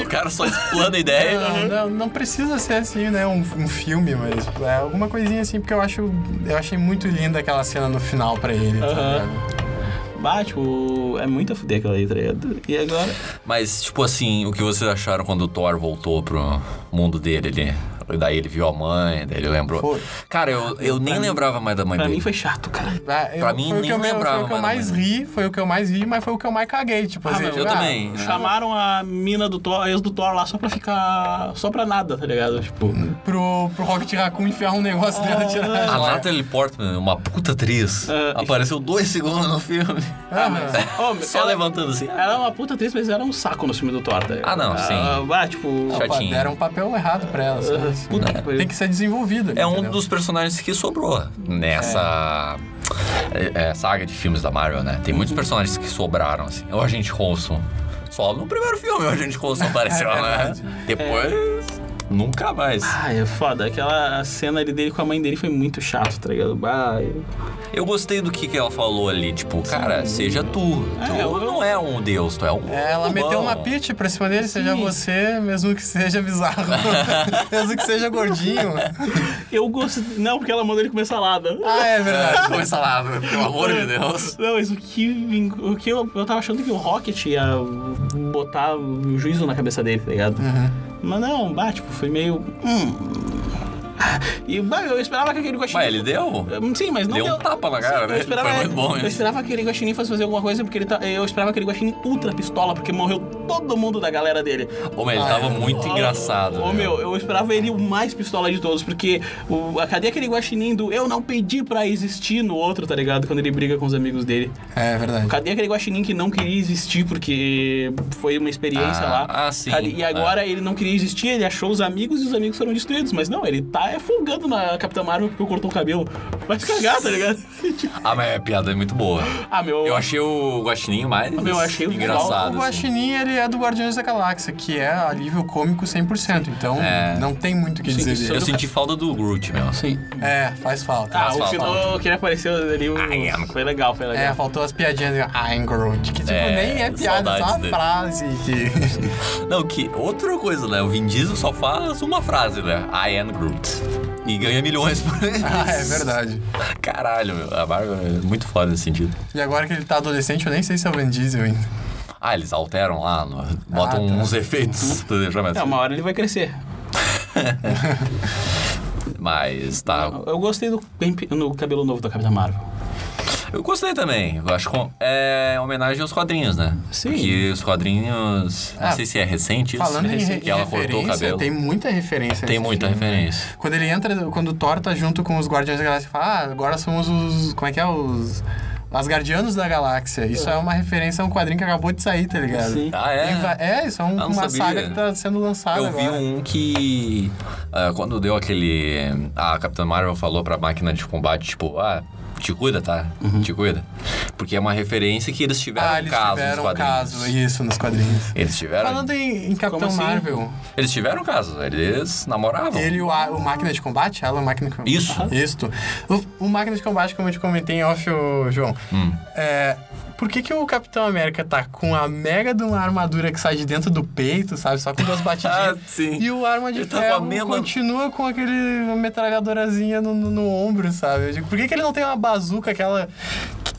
O cara só explana a ideia. É, Não, não, não precisa ser assim, né? Um, um filme, mas é alguma coisinha assim, porque eu acho. Eu achei muito linda aquela cena no final pra ele, tá Aham. ligado? bah, tipo, é muito a fuder aquela aí, tá ligado? E agora? Mas, tipo assim, o que vocês acharam quando o Thor voltou pro mundo dele ali? Daí ele viu a mãe, daí ele lembrou. Foi. Cara, eu, eu nem lembrava mais da mãe Pra dele. mim foi chato, cara. Ah, eu- Pra mim, foi o nem que eu, lembrava, Foi o que eu mais ou mais menos. ri, foi o que eu mais ri, mas foi o que eu mais caguei. Tipo assim, mas eu ah, também. né? Chamaram a mina do Thor, a ex do Thor lá só pra ficar. só pra nada, tá ligado? Tipo. Pro, pro Rocket Raccoon enfiar um negócio dentro e tirar A joia. Natalie Portman, uma puta atriz, Ah, apareceu dois segundos no filme. Ah, mas- Ô, Só ela- levantando assim. Ela é uma puta atriz, mas era um saco no filme do Thor, tá ligado? Ah, não, sim. Ela- Ah, tipo. Chato. Opa, chatinho. deram um papel errado pra ela. sabe? Assim, Puta que pariu. Tem que ser desenvolvido. É um entendeu? dos personagens que sobrou nessa é, é, saga de filmes da Marvel, né? Tem muitos personagens que sobraram, assim. O Agente Coulson. Só no primeiro filme o Agente Coulson apareceu, né? É verdade. Depois, nunca mais. Ah, é foda. Aquela cena ali dele com a mãe dele foi muito chato, tá ligado? Bah, eu- Eu gostei do que, que ela falou ali, tipo, cara, seja tu. tu eu- não é um deus, tu é um. É, Ela humano. meteu uma pitch pra cima dele, seja Sim. você, mesmo que seja bizarro. mesmo que seja gordinho. Eu gosto. Não, porque ela mandou ele comer salada. Ah, é É, verdade. Começa lá, pelo amor de Deus. Não, mas o que, o que eu, eu tava achando que o Rocket ia botar o juízo na cabeça dele, tá ligado? Mas não, bah, tipo, foi meio. Hum. E bah, eu esperava que aquele gostinho. Mas ele deu? Hum, Sim, mas não Deu um tapa na cara, né? Eu esperava, Foi muito bom eu isso. esperava que aquele guaxinim fosse fazer alguma coisa, porque ele tá, eu esperava aquele guaxinim ultra pistola, porque morreu todo mundo da galera dele. Ô, mas ele tava muito engraçado. Ah, é. né? Ô, meu, eu esperava ele o mais pistola de todos, porque o, a- cadê aquele guaxinim do eu não pedi pra existir no outro, tá ligado? Quando ele briga com os amigos dele. É verdade. Cadê aquele guaxinim que não queria existir porque foi uma experiência Ah, lá? ah, sim. Cadê- E agora ele não queria existir, ele achou os amigos e os amigos foram destruídos. Mas não, ele tá é, folgando na Capitã Marvel porque eu cortou o cabelo. Vai se cagar, tá ligado? Ah, mas a piada é muito boa. ah, meu. Eu achei o Guaxinim mais meu, eu achei o engraçado. assim. O Guaxinim, ele é do Guardiões da Galáxia, que é alívio cômico 100%, então É. não tem muito o que Sim, dizer isso dele. Eu senti falta do Groot, assim. meu. Sim. É, faz falta. Ah, Faz o falta. final que ele apareceu ali. o- Ai, am- Foi legal, foi É, legal. faltou as piadinhas. né? I'm Groot. Que tipo, É, nem é piada, é só uma saudades dele. frase que. Não, que outra coisa, né? O Vin Diesel só faz uma frase, né? I am Groot. E ganha milhões por isso. ah, é verdade. Caralho, meu. A Marvel é muito foda nesse sentido. E agora que ele tá adolescente, eu nem sei se é o Vin Diesel ainda. Ah, eles alteram lá, no- botam Ah, tá. uns efeitos. pra deixar mais- É, uma hora ele vai crescer. Mas tá. Eu gostei do bem pe- no cabelo novo da Capitã Marvel. Eu gostei também. Eu acho que é homenagem aos quadrinhos, né? Sim. Porque os quadrinhos. Não Ah, sei se é recente isso. Falando em, re- que em ela cortou o referência, cabelo. tem muita referência. Tem nesse muita filme, né? referência. Quando ele entra, quando o Thor tá junto com os Guardiões da Galáxia, fala, ah, agora somos os. Como é que é? Os. Asgardianos da Galáxia. Isso é uma referência a um quadrinho que acabou de sair, tá ligado? Sim. Ah, é? Tem va- É, isso é um- Ah, não uma sabia. saga que tá sendo lançada Eu vi agora. um que. ah, quando deu aquele. A Capitã Marvel falou pra máquina de combate, tipo, ah. te cuida, tá? Te cuida. Porque é uma referência que eles tiveram Uhum. Ah, eles casos tiveram nos um quadrinhos. caso, isso, nos quadrinhos. Eles tiveram. Falando em, em Capitão assim? Marvel, Eles tiveram casos, eles namoravam. ele e o, a- o Máquina de Combate, ela é o Máquina de Combate. Isso. Isto. O, o Máquina de Combate, como eu te comentei em off, ô, João, Hum. é, por que, que o Capitão América tá com a mega de uma armadura que sai de dentro do peito, sabe? Só com duas batidinhas. Ah, sim. E o arma de Ele tá com a ferro mesma- continua com aquele uma metralhadorazinha no, no- no ombro, sabe? Eu digo, por que, que ele não tem uma bazuca, aquela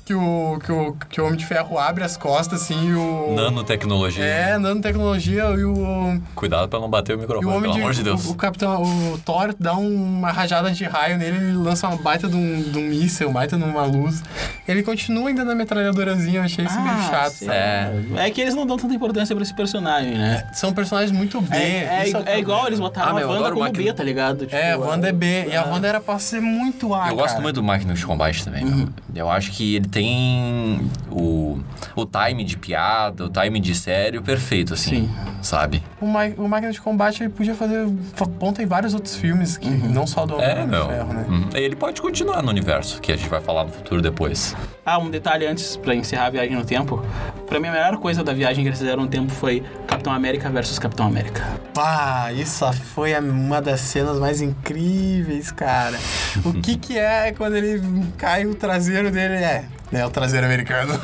que o, que, o, que o Homem de Ferro abre as costas, assim, e o... Nanotecnologia. É, nanotecnologia e o... Cuidado pra não bater o E o microfone, homem pelo de, amor de Deus. O, o capitão, o Thor dá um, uma rajada de raio nele, ele lança uma baita de um, de um míssel, uma baita de uma luz. Ele continua ainda na metralhadorazinha, eu achei isso meio chato. Ah, sim. sabe? É que eles não dão tanta importância pra esse personagem, né? São personagens muito B. É, é, isso o é igual problema. eles botaram Ah, meu, a eu Wanda adoro como máquina. B, tá ligado? Tipo, É, a Wanda é B. E a Wanda era pra ser muito A. Eu gosto Ah, cara. Uhum. muito do Máquina de Combate também. meu. Eu acho que ele tem o, o time de piada, o time de sério perfeito, assim. Sabe? O, Ma o Máquina de Combate ele podia fazer fa- ponta em vários outros filmes, que não só do É, Homem de meu. Ferro, né? Uhum. Ele pode continuar no universo, que a gente vai falar no futuro depois. Ah, um detalhe antes, pra encerrar a viagem no tempo. Pra mim, a melhor coisa da viagem que eles fizeram no tempo foi Capitão América versus Capitão América. Pá, isso foi a- uma das cenas mais incríveis, cara. O que que é quando ele cai o traseiro dele? É, é o traseiro americano.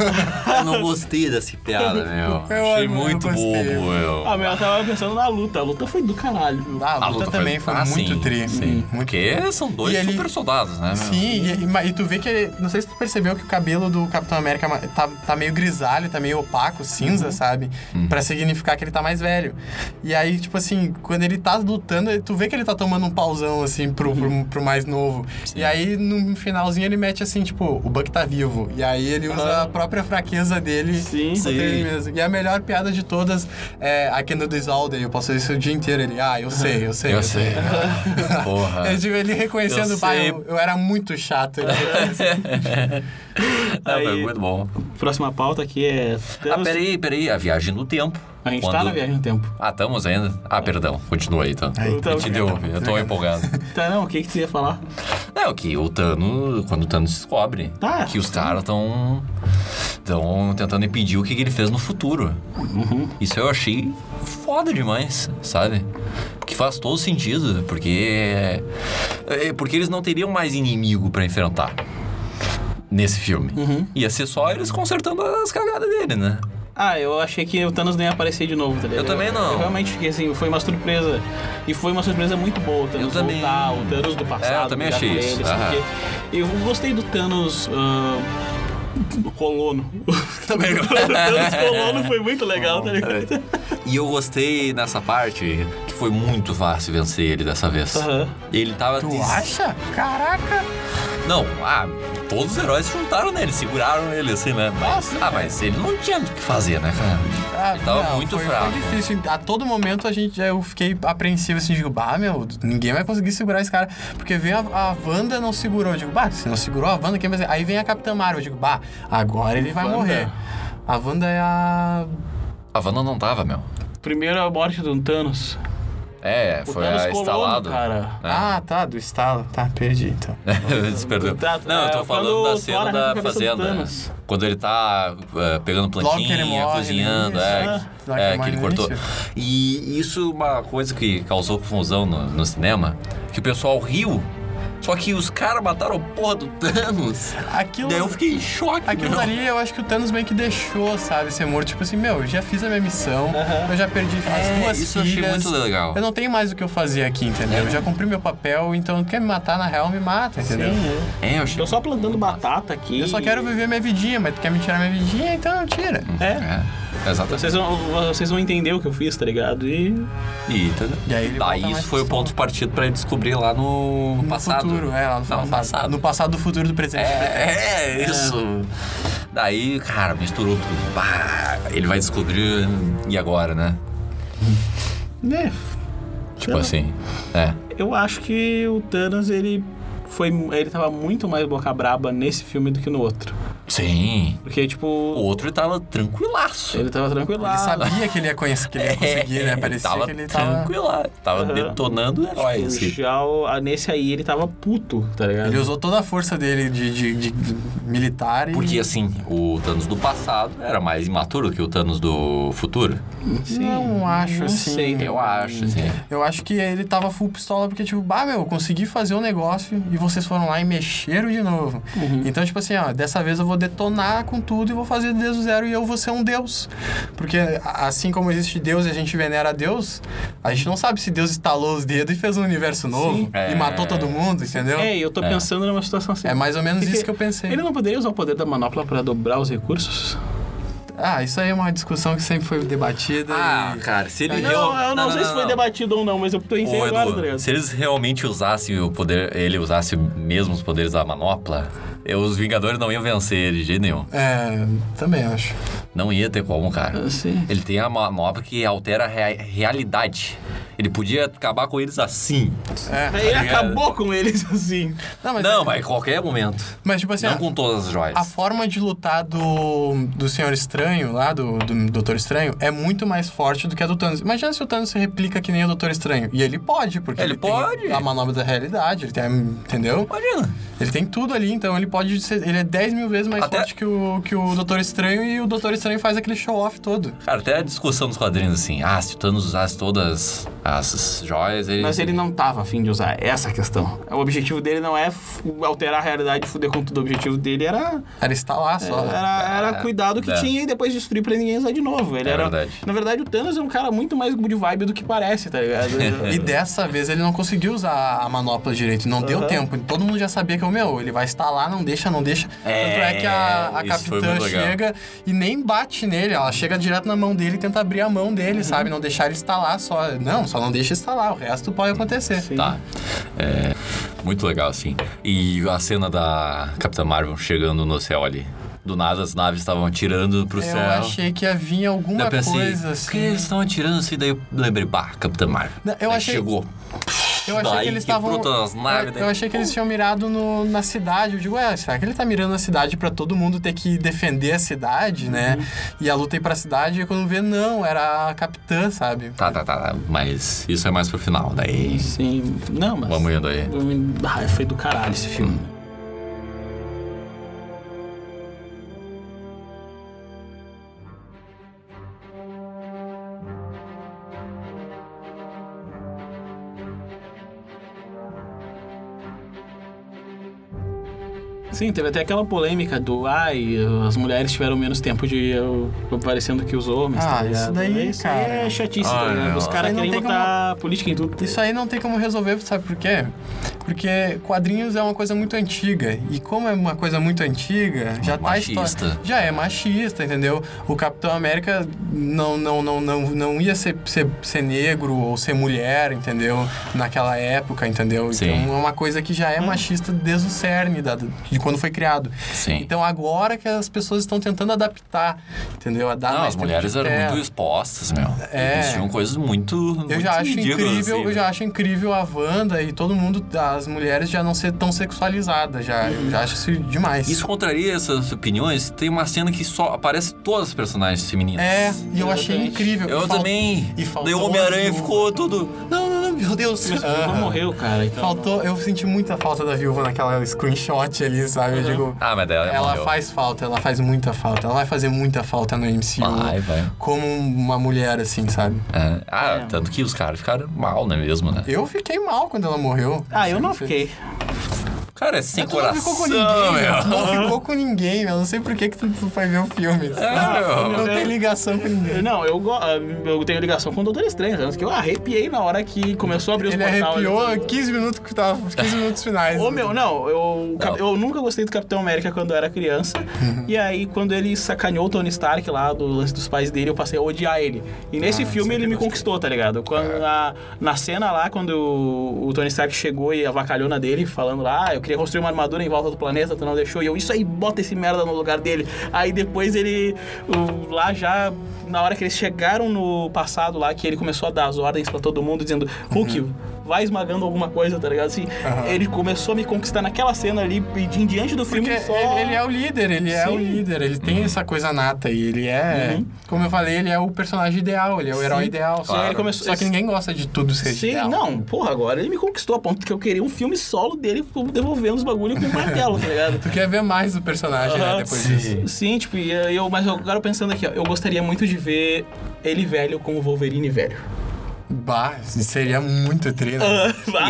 Eu não gostei dessa piada, meu. Eu Achei não muito gostei. bobo, eu. Ah, meu, eu tava pensando na luta. A luta foi do caralho. meu. A Ah, a luta, luta também foi foi- Ah, muito sim, tri. sim. Muito Porque são dois E ele- super soldados, né? meu? Sim, e, e ma- e tu vê que ele. Não sei se tu percebeu que o cabelo do Capitão América ma- tá, tá meio grisalho, tá meio opaco, cinza, sabe? Pra significar que ele tá mais velho. E aí, tipo assim, quando ele tá lutando, ele- tu vê que ele tá tomando um pauzão, assim, pro, pro, pro mais novo. E aí, no finalzinho, ele mete assim, tipo, o Buck tá vivo. E aí ele usa a própria fraqueza dele Sim, contra sim. ele mesmo. E a melhor piada de todas é I can do this all day. Eu posso fazer isso o dia inteiro. Ele, ah, eu sei, eu sei. Eu sei. Porra. É, tipo, ele reconhecendo Eu o pai, sei. eu, eu era muito chato. Ele reconhece. Ah, Aí- foi muito bom. Próxima pauta aqui é. Ah, Thanos- peraí, peraí. A viagem no tempo. A gente tá Quando- na viagem no tempo. Ah, estamos ainda? Ah, perdão. Continua aí, então. Aí, tá eu te bom. derrubi. Eu tô empolgado. Tá, não, o que que tu ia falar? Não, é que o Thanos, quando o Thanos descobre Tá. que os caras estão estão tentando impedir o que, que ele fez no futuro. Isso eu achei foda demais, sabe? Que faz todo sentido, porque é, porque eles não teriam mais inimigo pra enfrentar nesse filme. Ia ser só eles consertando as cagadas dele, né? Ah, eu achei que o Thanos nem ia aparecer de novo, tá ligado? Eu também não. Eu realmente fiquei assim, foi uma surpresa. E foi uma surpresa muito boa o Thanos Eu também. voltar, o Thanos do passado. É, eu também brigar achei com isso. Eles, Ah. porque eu gostei do Thanos. ah, do colono. Também. o Thanos colono foi muito legal, tá ligado? E eu gostei nessa parte que foi muito fácil vencer ele dessa vez. Aham. Ele tava Tu des- acha? Caraca! Não, ah, todos os heróis se juntaram nele, seguraram ele, assim, né? Mas, ah, mas ele não tinha o que fazer, né, cara? Ah, Ele tava não, muito foi, fraco. Foi difícil. A todo momento a gente, eu fiquei apreensivo assim, digo, bah, meu, ninguém vai conseguir segurar esse cara. Porque vem a, a Wanda não segurou. Eu digo, bah, se não segurou a Wanda, quem vai ser? Aí vem a Capitã Marvel, eu digo, bah, agora ele vai Wanda. morrer. A Wanda é a. A Wanda não tava, meu. Primeiro a morte do Thanos. É, O foi Thanos a colono, instalado. cara. Ah, tá, do estalo. Tá, perdi então. Se perdeu. Tá, Não, eu é, tô quando falando o da Thor cena arranca a da cabeça do fazenda. né? Thanos. Quando ele tá eh, pegando Logo que ele plantinha, morre, cozinhando, né? é, Isso, que- né? Logo é, que que morre ele no cortou. início. E isso é uma coisa que causou confusão no, no cinema, que o pessoal riu. Só que os caras mataram a porra do Thanos. Aquilo. Daí eu fiquei em choque, Aquilo meu. dali eu acho que o Thanos meio que deixou, sabe, ser morto. Tipo assim, meu, eu já fiz a minha missão, eu já perdi as É, duas isso eu achei filhas. muito legal. Eu não tenho mais o que eu fazer aqui, entendeu? Eu já cumpri meu papel, então quer me matar na real, me mata, entendeu? é. É, eu achei. Tô só plantando batata aqui. Eu só quero viver minha vidinha, mas tu quer me tirar minha vidinha, então tira. É. É, exatamente. Vocês vão, vocês vão entender o que eu fiz, tá ligado? E. E, tá- E aí daí ele volta mais isso foi o pessoal. ponto de partida pra ele descobrir lá no, No passado. futuro, é, lá no, Não, passado. no passado. No passado do futuro do presente. É, é, isso. Daí, cara, misturou tudo. Bah, ele vai descobrir e agora, né? Né? Tipo Sei assim. É. Eu acho que o Thanos, ele. Foi, ele tava muito mais boca braba nesse filme do que no outro. Sim. Porque, tipo, O outro tava tranquilaço. ele tava tranquilo. Ele sabia que ele ia conhecer, que ele ia conseguir, né? Parecia tava que ele tava. tranquilo. Tava, Aham. detonando herói, assim. Já o- ah, nesse aí ele tava puto, tá ligado? Ele usou toda a força dele de, de- de- de militar e. Porque, assim, o Thanos do passado era mais imaturo que o Thanos do futuro. Sim. Não acho Não assim. sei, Eu acho, assim. Eu acho que ele tava full pistola porque, tipo, bah, meu, eu consegui fazer o negócio e vocês foram lá e mexeram de novo. Uhum. Então, tipo assim, ó, dessa vez eu vou detonar com tudo e vou fazer desde o zero e eu vou ser um deus. Porque a- assim como existe Deus e a gente venera a Deus, a gente não sabe se Deus estalou os dedos e fez um universo novo Sim. e É. matou todo mundo, entendeu? É, eu tô É. pensando numa situação assim. É assim- mais ou menos Porque isso que eu pensei. Ele não poderia usar o poder da manopla pra dobrar os recursos? Ah, isso aí é uma discussão que sempre foi debatida. Ah, e... cara, se ele Não, Não, real- eu não, sei se foi debatido ou não, mas eu pensei Ô, agora, Edu, tá ligado? se eles realmente usassem o poder, ele usasse mesmo os poderes da manopla, eh, os Vingadores não iam vencer ele de jeito nenhum. É, também acho. Não ia ter como, cara. Ah, Sim. Ele tem a manopla que altera a rea- realidade. Ele podia acabar com eles assim. É. Aí ele ligado? acabou com eles assim. Não, mas, é- Não, mas em qualquer momento. mas tipo assim, Não ó, com todas as joias. a forma de lutar do, do Senhor Estranho, lá, do, do Doutor Estranho, é muito mais forte do que a do Thanos. Imagina se o Thanos se replica que nem o Doutor Estranho. E ele pode, porque Ele tem pode. a manobra da realidade, ele tem, entendeu? Imagina. Ele tem tudo ali, então ele pode ser. Ele é 10 mil vezes mais Até- forte que o, que o Doutor Estranho e o Doutor Estranho faz aquele show-off todo. Cara, até a discussão dos quadrinhos assim. Ah, se o Thanos usasse todas as joias, ele. Mas ele não tava afim de usar essa questão. O objetivo dele não é f- alterar a realidade e fuder com tudo. O objetivo dele era, Era instalar só. era, era É, cuidar do que é. tinha e depois destruir pra ninguém usar de novo. Ele É era, verdade. Na verdade, o Thanos é um cara muito mais good vibe do que parece, tá ligado? E É. dessa vez ele não conseguiu usar a manopla direito, não deu Aham. tempo. Todo mundo já sabia que é o meu, ele vai instalar, não deixa, não deixa. É, Tanto é que a, a isso foi capitã muito legal. chega e nem bate nele, ela chega direto na mão dele e tenta abrir a mão dele, Uhum. sabe? Não deixar ele instalar só. Não, só não deixa instalar, o resto pode acontecer. Sim. Tá. É, muito legal, assim. E a cena da Capitã Marvel chegando no céu ali. Do nada as naves estavam atirando pro Eu céu. achei que ia vir alguma Daí eu pensei, coisa por que assim. eles estão atirando assim? Daí eu lembrei, bah, Capitã Marvel. Não, eu Daí achei- Chegou. Eu achei Daí que eles que estavam. brotam as naves, eu- daí- Eu achei que eles tinham mirado no- na cidade. Eu digo, ué, será que ele tá mirando na cidade pra todo mundo ter que defender a cidade, né? E a luta ir pra cidade, e quando vê, não, era a capitã, sabe? Tá, tá, tá, tá. Mas isso é mais pro final. Daí. Sim. Não, mas. Vamos indo aí. Ah, foi do caralho esse filme. Sim, teve até aquela polêmica do ai, as mulheres tiveram menos tempo de eu, aparecendo que os homens. Ah, tá ligado? isso daí, aí cara. É chatice, Ah, tá ligado? não. Os caras Aí não querem tem botar política em tudo. Isso aí não tem como resolver, sabe por quê? Porque quadrinhos é uma coisa muito antiga. E como é uma coisa muito antiga, já tá Tipo, machista. história. Já é machista, entendeu? O Capitão América não, não, não, não, não ia ser, ser, ser negro ou ser mulher, entendeu? Naquela época, entendeu? Sim. Então é uma coisa que já é machista desde o cerne, da- de quando foi criado. Sim. Então agora que as pessoas estão tentando adaptar, entendeu? A dar Não, mais as tempo mulheres de eram tela. muito expostas, meu. É. Eles tinham coisas muito. assim, né? Eu já acho incrível, eu já acho incrível a Wanda e todo mundo, as mulheres já não ser tão sexualizadas já. Eu já acho isso demais. Isso contraria essas opiniões. Tem uma cena que só aparece todas as personagens femininas. é, e eu achei Exatamente. incrível. Eu E fal- também. e faltou Daí o Homem-Aranha uma- ficou tudo. Não, não, não, meu Deus. Mas o Aham. morreu, cara. Então... Faltou, eu senti muita falta da viúva naquela screenshot ali, sabe? Eu digo, Ah, mas daí ela, ela morreu. faz falta, ela faz muita falta. Ela vai fazer muita falta no MCU. Vai, vai. Como uma mulher, assim, sabe? É. Ah, É. tanto que os caras ficaram mal, né mesmo, né? Eu fiquei mal quando ela morreu. Ah, eu não fiquei. Cara, é sem Tu não coração, ficou com ninguém, né? meu. Tu meu. não ficou com ninguém, meu. Eu não sei por que, que tu tu foi ver o filme. Ah, sabe? É, meu. Não é. tem ligação com ninguém. Não, eu, go- eu tenho ligação com o Doutor Estranho, tanto que eu arrepiei na hora que começou a abrir os Ele tá portais. arrepiou 15 minutos que tava 15 minutos finais. Ô meu, não, eu, Não. eu nunca gostei do Capitão América quando eu era criança. e aí, quando ele sacaneou o Tony Stark lá, do lance dos pais dele, eu passei a odiar ele. E nesse filme ele me conquistou, tá ligado? Quando, na, na cena lá, quando o, o Tony Stark chegou e avacalhou na dele, falando lá, "Ah, eu queria construir uma armadura em volta do planeta, tu não deixou. E eu, isso aí, bota esse merda no lugar dele. Aí depois ele, o- lá já, na hora que eles chegaram no passado lá, que ele começou a dar as ordens pra todo mundo, dizendo, Hulk... vai esmagando alguma coisa, tá ligado? Assim, ele começou a me conquistar naquela cena ali e de em diante do filme Porque só... ele, ele é o líder, ele é Sim. o líder, ele tem essa coisa nata e ele é, como eu falei, ele é o personagem ideal, ele é o herói ideal. Só, Sim, ele começou- só que ninguém gosta de tudo ser Sim, ideal. não, porra, agora ele me conquistou a ponto que eu queria um filme solo dele devolvendo os bagulho com um martelo, tá ligado? Tu quer ver mais do personagem, Aham, né, depois sim. disso. Sim, tipo, e eu, mas agora pensando aqui, ó, eu gostaria muito de ver ele velho com o Wolverine velho. Bah, seria muito triste.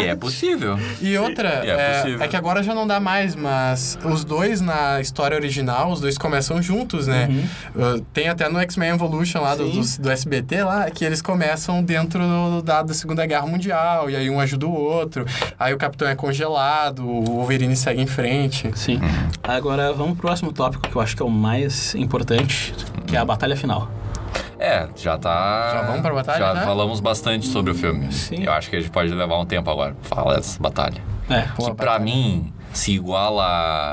E é possível. E outra, E é é, possível. é que agora já não dá mais, mas os dois na história original, os dois começam juntos, né? Uh, tem até no X-Men Evolution lá do, Sim. dos- do, SBT lá, que eles começam dentro do- da, da Segunda Guerra Mundial, e aí um ajuda o outro, aí o Capitão é congelado, o Wolverine segue em frente. Sim. Uhum. Agora vamos pro próximo tópico que eu acho que é o mais importante, que é a batalha final. É, já tá. Já vamos pra batalha, Já né? falamos bastante sobre o filme. Sim. Eu acho que a gente pode levar um tempo agora pra falar dessa batalha. É. Boa que pra batalha. mim se iguala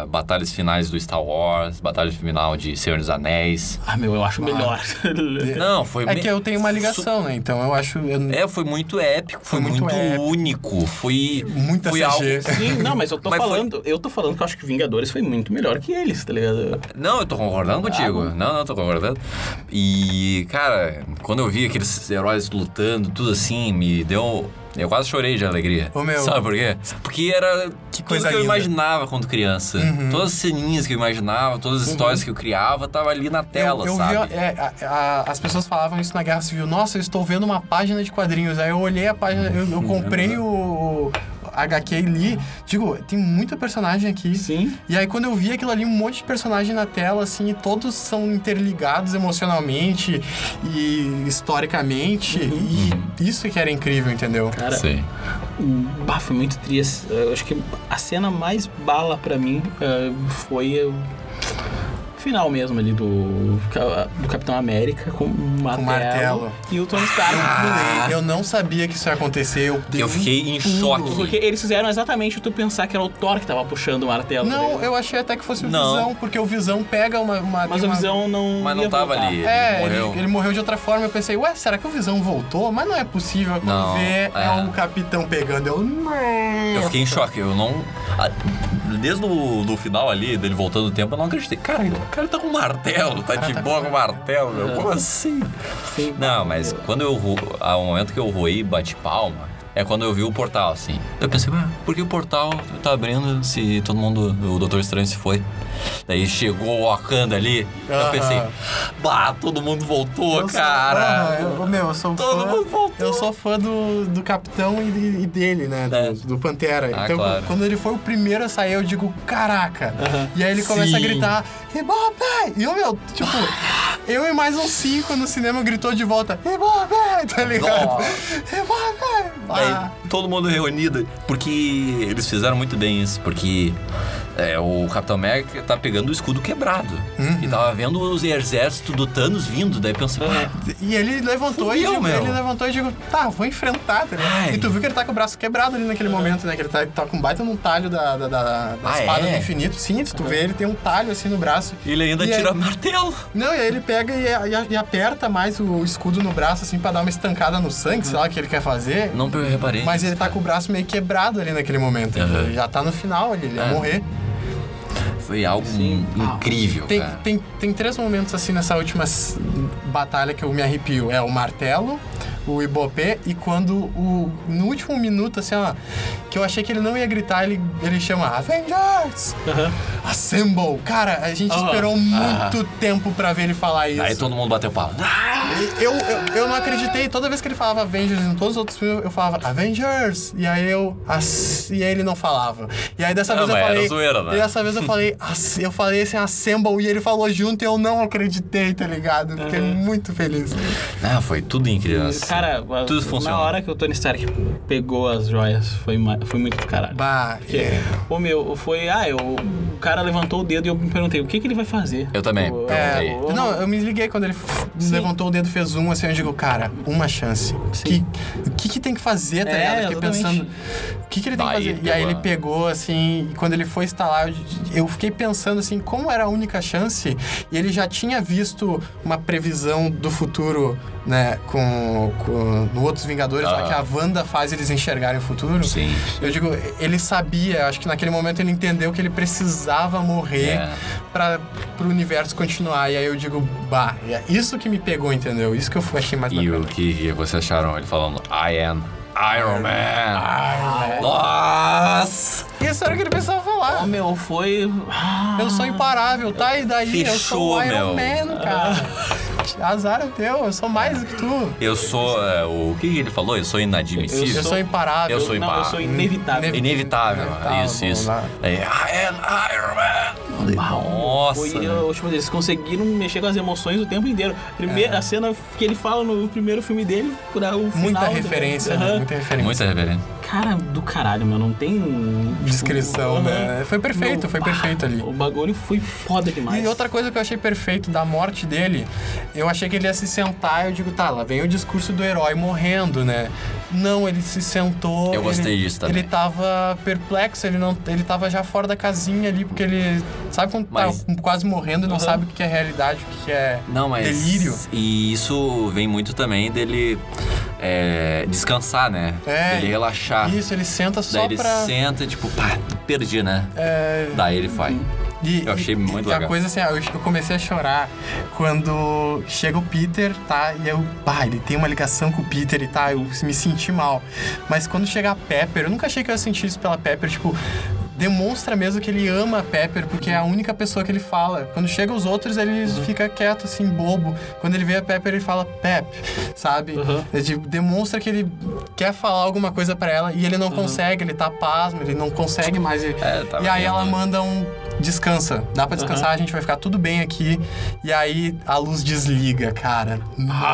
a batalhas finais do Star Wars, batalha final de Senhor dos Anéis. Ah, meu, eu acho melhor. Não, foi Ah. É me- que eu tenho uma ligação, né? Então eu acho. eu- É, foi muito épico, foi, Foi muito muito, épico. único, foi Muita foi CG. Sim, não, mas eu tô Mas foi- falando, eu tô falando que eu acho que Vingadores foi muito melhor que eles, tá ligado? Não, eu tô concordando contigo. Não, não, eu tô concordando. E, cara, quando eu vi aqueles heróis lutando, tudo assim, me deu. Eu quase chorei de alegria. Ô, meu. Sabe por quê? Porque era que tudo coisa que eu linda. Uhum. imaginava quando criança. Todas as ceninhas que eu imaginava, todas as histórias que eu criava, tava ali na tela, eu, eu sabe? Vi, é, a- a- as pessoas falavam isso na Guerra Civil. Nossa, eu estou vendo uma página de quadrinhos. Aí eu olhei a página, eu, eu É comprei o, o HQ e li. Digo, tem muito personagem aqui. Sim. E aí quando eu vi aquilo ali, um monte de personagem na tela, assim, e todos são interligados emocionalmente e historicamente. E isso que era incrível, entendeu? Cara, Sim. Bah, foi muito triste. Eu acho que a cena mais bala pra mim eh, foi o final mesmo ali do, Ca- do Capitão América com um martelo, martelo. e o Tony Stark Ah, no meio. Eu não sabia que isso ia acontecer. Eu, dei Eu um fiquei em pulo. choque. Porque eles fizeram exatamente tu pensar que era o Thor que tava puxando o martelo. tá Não, ligado? eu achei até que fosse o Não. Visão, porque o Visão pega uma... uma mas tem a uma- visão não. Mas não ia tava voltar. ali. É, ele morreu. morreu. ele morreu de outra forma. Eu pensei, ué, será que o Visão voltou? Mas não é possível. Quando Não, vê, é. é. o capitão pegando. Eu, não. Eu fiquei em choque, eu não. a- Desde o do final ali, dele voltando o tempo, eu não acreditei. Cara, o cara tá com um martelo, tá de boa com um martelo, meu. Como assim? Sim. Não, mas quando eu. ro- Ao momento que eu roei e bati palma, é quando eu vi o portal, assim. Eu pensei, "Ué, por que o portal tá abrindo se todo mundo. O Doutor Estranho se foi? Daí chegou o Wakanda ali, eu Aham. pensei, bah, todo mundo voltou, Eu sou- cara. Ah, eu, meu, eu sou Todo fã. mundo voltou. Eu sou fã do, do capitão e, de- e dele, né? É. Do, do Pantera. Ah, então, claro. quando ele foi o primeiro a sair, eu digo, caraca. E aí ele começa a Sim. gritar, Ibope! E eu, meu, tipo, eu e mais uns cinco no cinema gritou de volta, Ibope! Tá ligado? Ibope! Daí, Ah. É, todo mundo reunido. Porque eles fizeram muito bem isso. Porque é, o Capitão América tá pegando o escudo quebrado. Uhum. E tava vendo os exércitos do Thanos vindo. Daí pensa, "Ah, E ele levantou e Fudeu, digo, meu. ele levantou e digo, tá, vou enfrentar, tá ligado? Ai. Uhum. E tu viu que ele tá com o braço quebrado ali naquele momento, né? Que ele tá, tá com um baita num talho da, da, da- da Ah, espada é? do infinito. Sim, se tu vê, ele tem um talho assim no braço. ele ainda E aí- tira martelo. Não, e aí ele pega e, e- e aperta mais o escudo no braço, assim, pra dar uma estancada no sangue, sei lá o que ele quer fazer. Não eu reparei. Mas ele tá com o braço meio quebrado ali naquele momento. Aham. Ele já tá no final ali, ele ia É. morrer. Foi algo incrível, Tem, cara. tem, tem três momentos assim nessa última s- batalha que eu me arrepio. É o martelo, o Ibopê e quando o. No último minuto, assim, ó, que eu achei que ele não ia gritar, ele, ele chama Avengers! Aham. Assemble! Cara, a gente Aham. esperou muito tempo pra ver ele falar isso. Ah. Aí todo mundo bateu pau. Eu, eu, eu não acreditei. Toda vez que ele falava Avengers em todos os outros filmes, eu falava Avengers. E aí eu. ass- E aí ele não falava. E aí dessa Ah, vez eu mas era falei. zoeira, né? E dessa vez eu falei. ass- Eu falei assim, Assemble. E ele falou junto e eu não acreditei, tá ligado? Eu Uhum. Fiquei muito feliz. Ah, foi tudo incrível. assim. Cara, tudo na funciona. hora que o Tony Stark pegou as joias, foi, ma- foi muito do caralho. Bah, é. Porque, o meu, foi. Ah, eu, o cara levantou o dedo e eu me perguntei, o que, que ele vai fazer? Eu também. Tipo, É, perguntei. o- não, eu me liguei quando ele f- levantou o dedo, fez um, assim, eu digo, cara, uma chance. Sim. Que- O que, que tem que fazer, tá É, ligado? Eu fiquei exatamente. pensando, o que, que ele tem Daí que fazer? ele E aí pegou ele a- pegou, assim, e quando ele foi instalar, eu- eu fiquei pensando, assim, como era a única chance, e ele já tinha visto uma previsão do futuro, né, com, com- no Outros Vingadores, lá Ah. que a Wanda faz eles enxergarem o futuro. Sim. Eu digo, ele sabia, acho que naquele momento ele entendeu que ele precisava morrer É. para pro universo continuar. E aí eu digo, bah, é isso que me pegou, entendeu? Isso que eu achei mais E o bacana. que, que vocês acharam ele falando I am Iron Man? Nossa! Isso era o que ele precisava falar. Ô, meu, foi. Ah, Eu sou imparável, tá? E daí eu sou o Fechou, Iron meu. Man, cara. Azar é teu, eu sou mais do que tu. Eu sou. é, o que, que ele falou? Eu sou Eu, inadmissível. sou imparável. Eu sou não, eu imparável. sou inevitável. Inevi- Inevitável. Inevitável, Isso, isso. vamos É, I am Iron Man! Nossa! um, Foi, meu. eu, tipo, eles conseguiram mexer com as emoções o tempo inteiro. Primeiro, É. A cena que ele fala no primeiro filme dele, por o final. Muita entendeu? referência, né? Aham. Muita referência. Muita reverência. Cara do caralho, meu, não tem. Descrição, Aham. né? Foi perfeito, Meu, foi bah, perfeito ali. O bagulho foi foda demais. E outra coisa que eu achei perfeito da morte dele, eu achei que ele ia se sentar eu digo, tá, lá vem o discurso do herói morrendo, né? Não, ele se sentou. Eu gostei ele, disso também. Ele tava perplexo, ele não, ele tava já fora da casinha ali, porque ele sabe quando Mas- tá quase morrendo e não Aham. sabe o que é realidade, o que é Não, mas. delírio. E isso vem muito também dele é, descansar, né? É. Dele relaxar. Isso, ele senta só Ah. Daí ele pra. senta, tipo, pá, perdi, né? é, Daí ele vai. E, Eu achei e- muito e a legal. coisa assim, ah, eu, eu comecei a chorar quando chega o Peter, tá? E eu, pá, ele tem uma ligação com o Peter e tá, eu me senti mal. Mas quando chega a Pepper, eu nunca achei que eu ia sentir isso pela Pepper, tipo, demonstra mesmo que ele ama a Pepper, porque é a única pessoa que ele fala. Quando chega os outros, ele fica quieto, assim, bobo. Quando ele vê a Pepper, ele fala Pep, sabe? Uhum. É de- demonstra que ele quer falar alguma coisa pra ela e ele não consegue, ele tá pasmo, ele não consegue mais. E, É, tá e aí vendo, ela né? manda manda um descansa, dá pra descansar, a gente vai ficar tudo bem aqui. E aí a luz desliga, cara.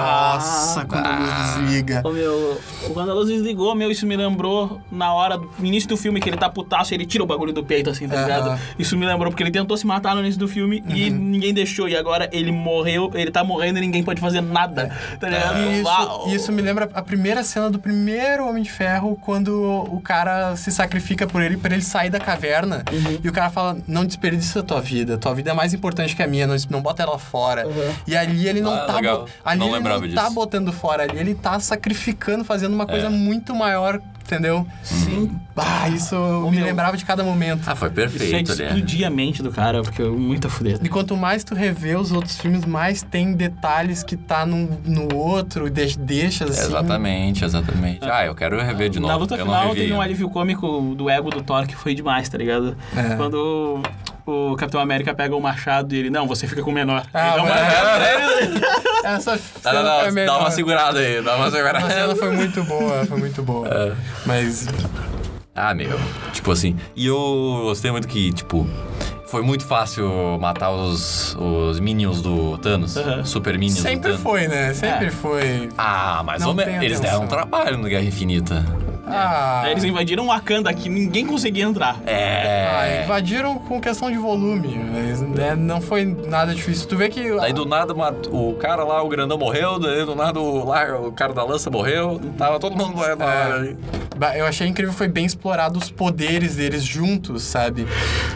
Nossa, quando a Ah. luz desliga. Ô, meu, quando a luz desligou, meu, isso me lembrou na hora do no início do filme que ele tá putaço e ele tira o bagulho do peito, assim, tá Aham. Uhum. ligado? Isso me lembrou, porque ele tentou se matar no início do filme e ninguém deixou. E agora ele morreu, ele tá morrendo e ninguém pode fazer nada, tá ligado? É. E Uau. isso, e isso me lembra a primeira cena do primeiro Homem de Ferro, quando o cara se sacrifica por ele pra ele sair da caverna. E o cara fala: Não desperdiça a tua vida, tua vida é mais importante que a minha, não, não bota ela fora. E ali ele não Ah, tá. legal. bo- Ali Não ele lembrava não disso. É. tá botando fora, ali ele tá sacrificando, fazendo uma coisa muito maior, entendeu? Sim. Bah, Ah, isso eu me meu. lembrava de cada momento. Ah, foi Isso é de perfeito, né? explodir a mente do cara, porque eu muito a fuder. E quanto mais tu revê os outros filmes, mais tem detalhes que tá num- no outro, e deix- deixa assim. Exatamente, exatamente. Ah, eu quero rever de novo. Na luta eu não final revi. teve um alívio cômico do ego do Thor que foi demais, tá ligado? É. Quando o Capitão América pega o machado e ele, não, você fica com o menor. Então, Ah, Ele dá uma- Essa Então É, Não, não, cena foi a não, É melhor. dá uma segurada aí, dá uma Essa cena segurada. foi muito boa, foi muito boa. É. Mas Ah, meu. Tipo assim. E eu gostei muito que, tipo. Foi muito fácil matar os, os minions do Thanos. Aham. Super minions do sempre Thanos. foi, né? Sempre É. foi. Ah, mais Não ou menos. tem Eles atenção. deram um trabalho no Guerra Infinita. Ah, Aí eles invadiram Wakanda que ninguém conseguia entrar. ah, É. invadiram com questão de volume, mas né, não foi nada difícil. Tu vê que. Daí do nada mat- o cara lá, o grandão morreu, daí do nada o, lá, o cara da lança morreu, tava todo mundo né? É. morrendo na É hora ali. Ba- Eu achei incrível, foi bem explorado os poderes deles juntos, sabe?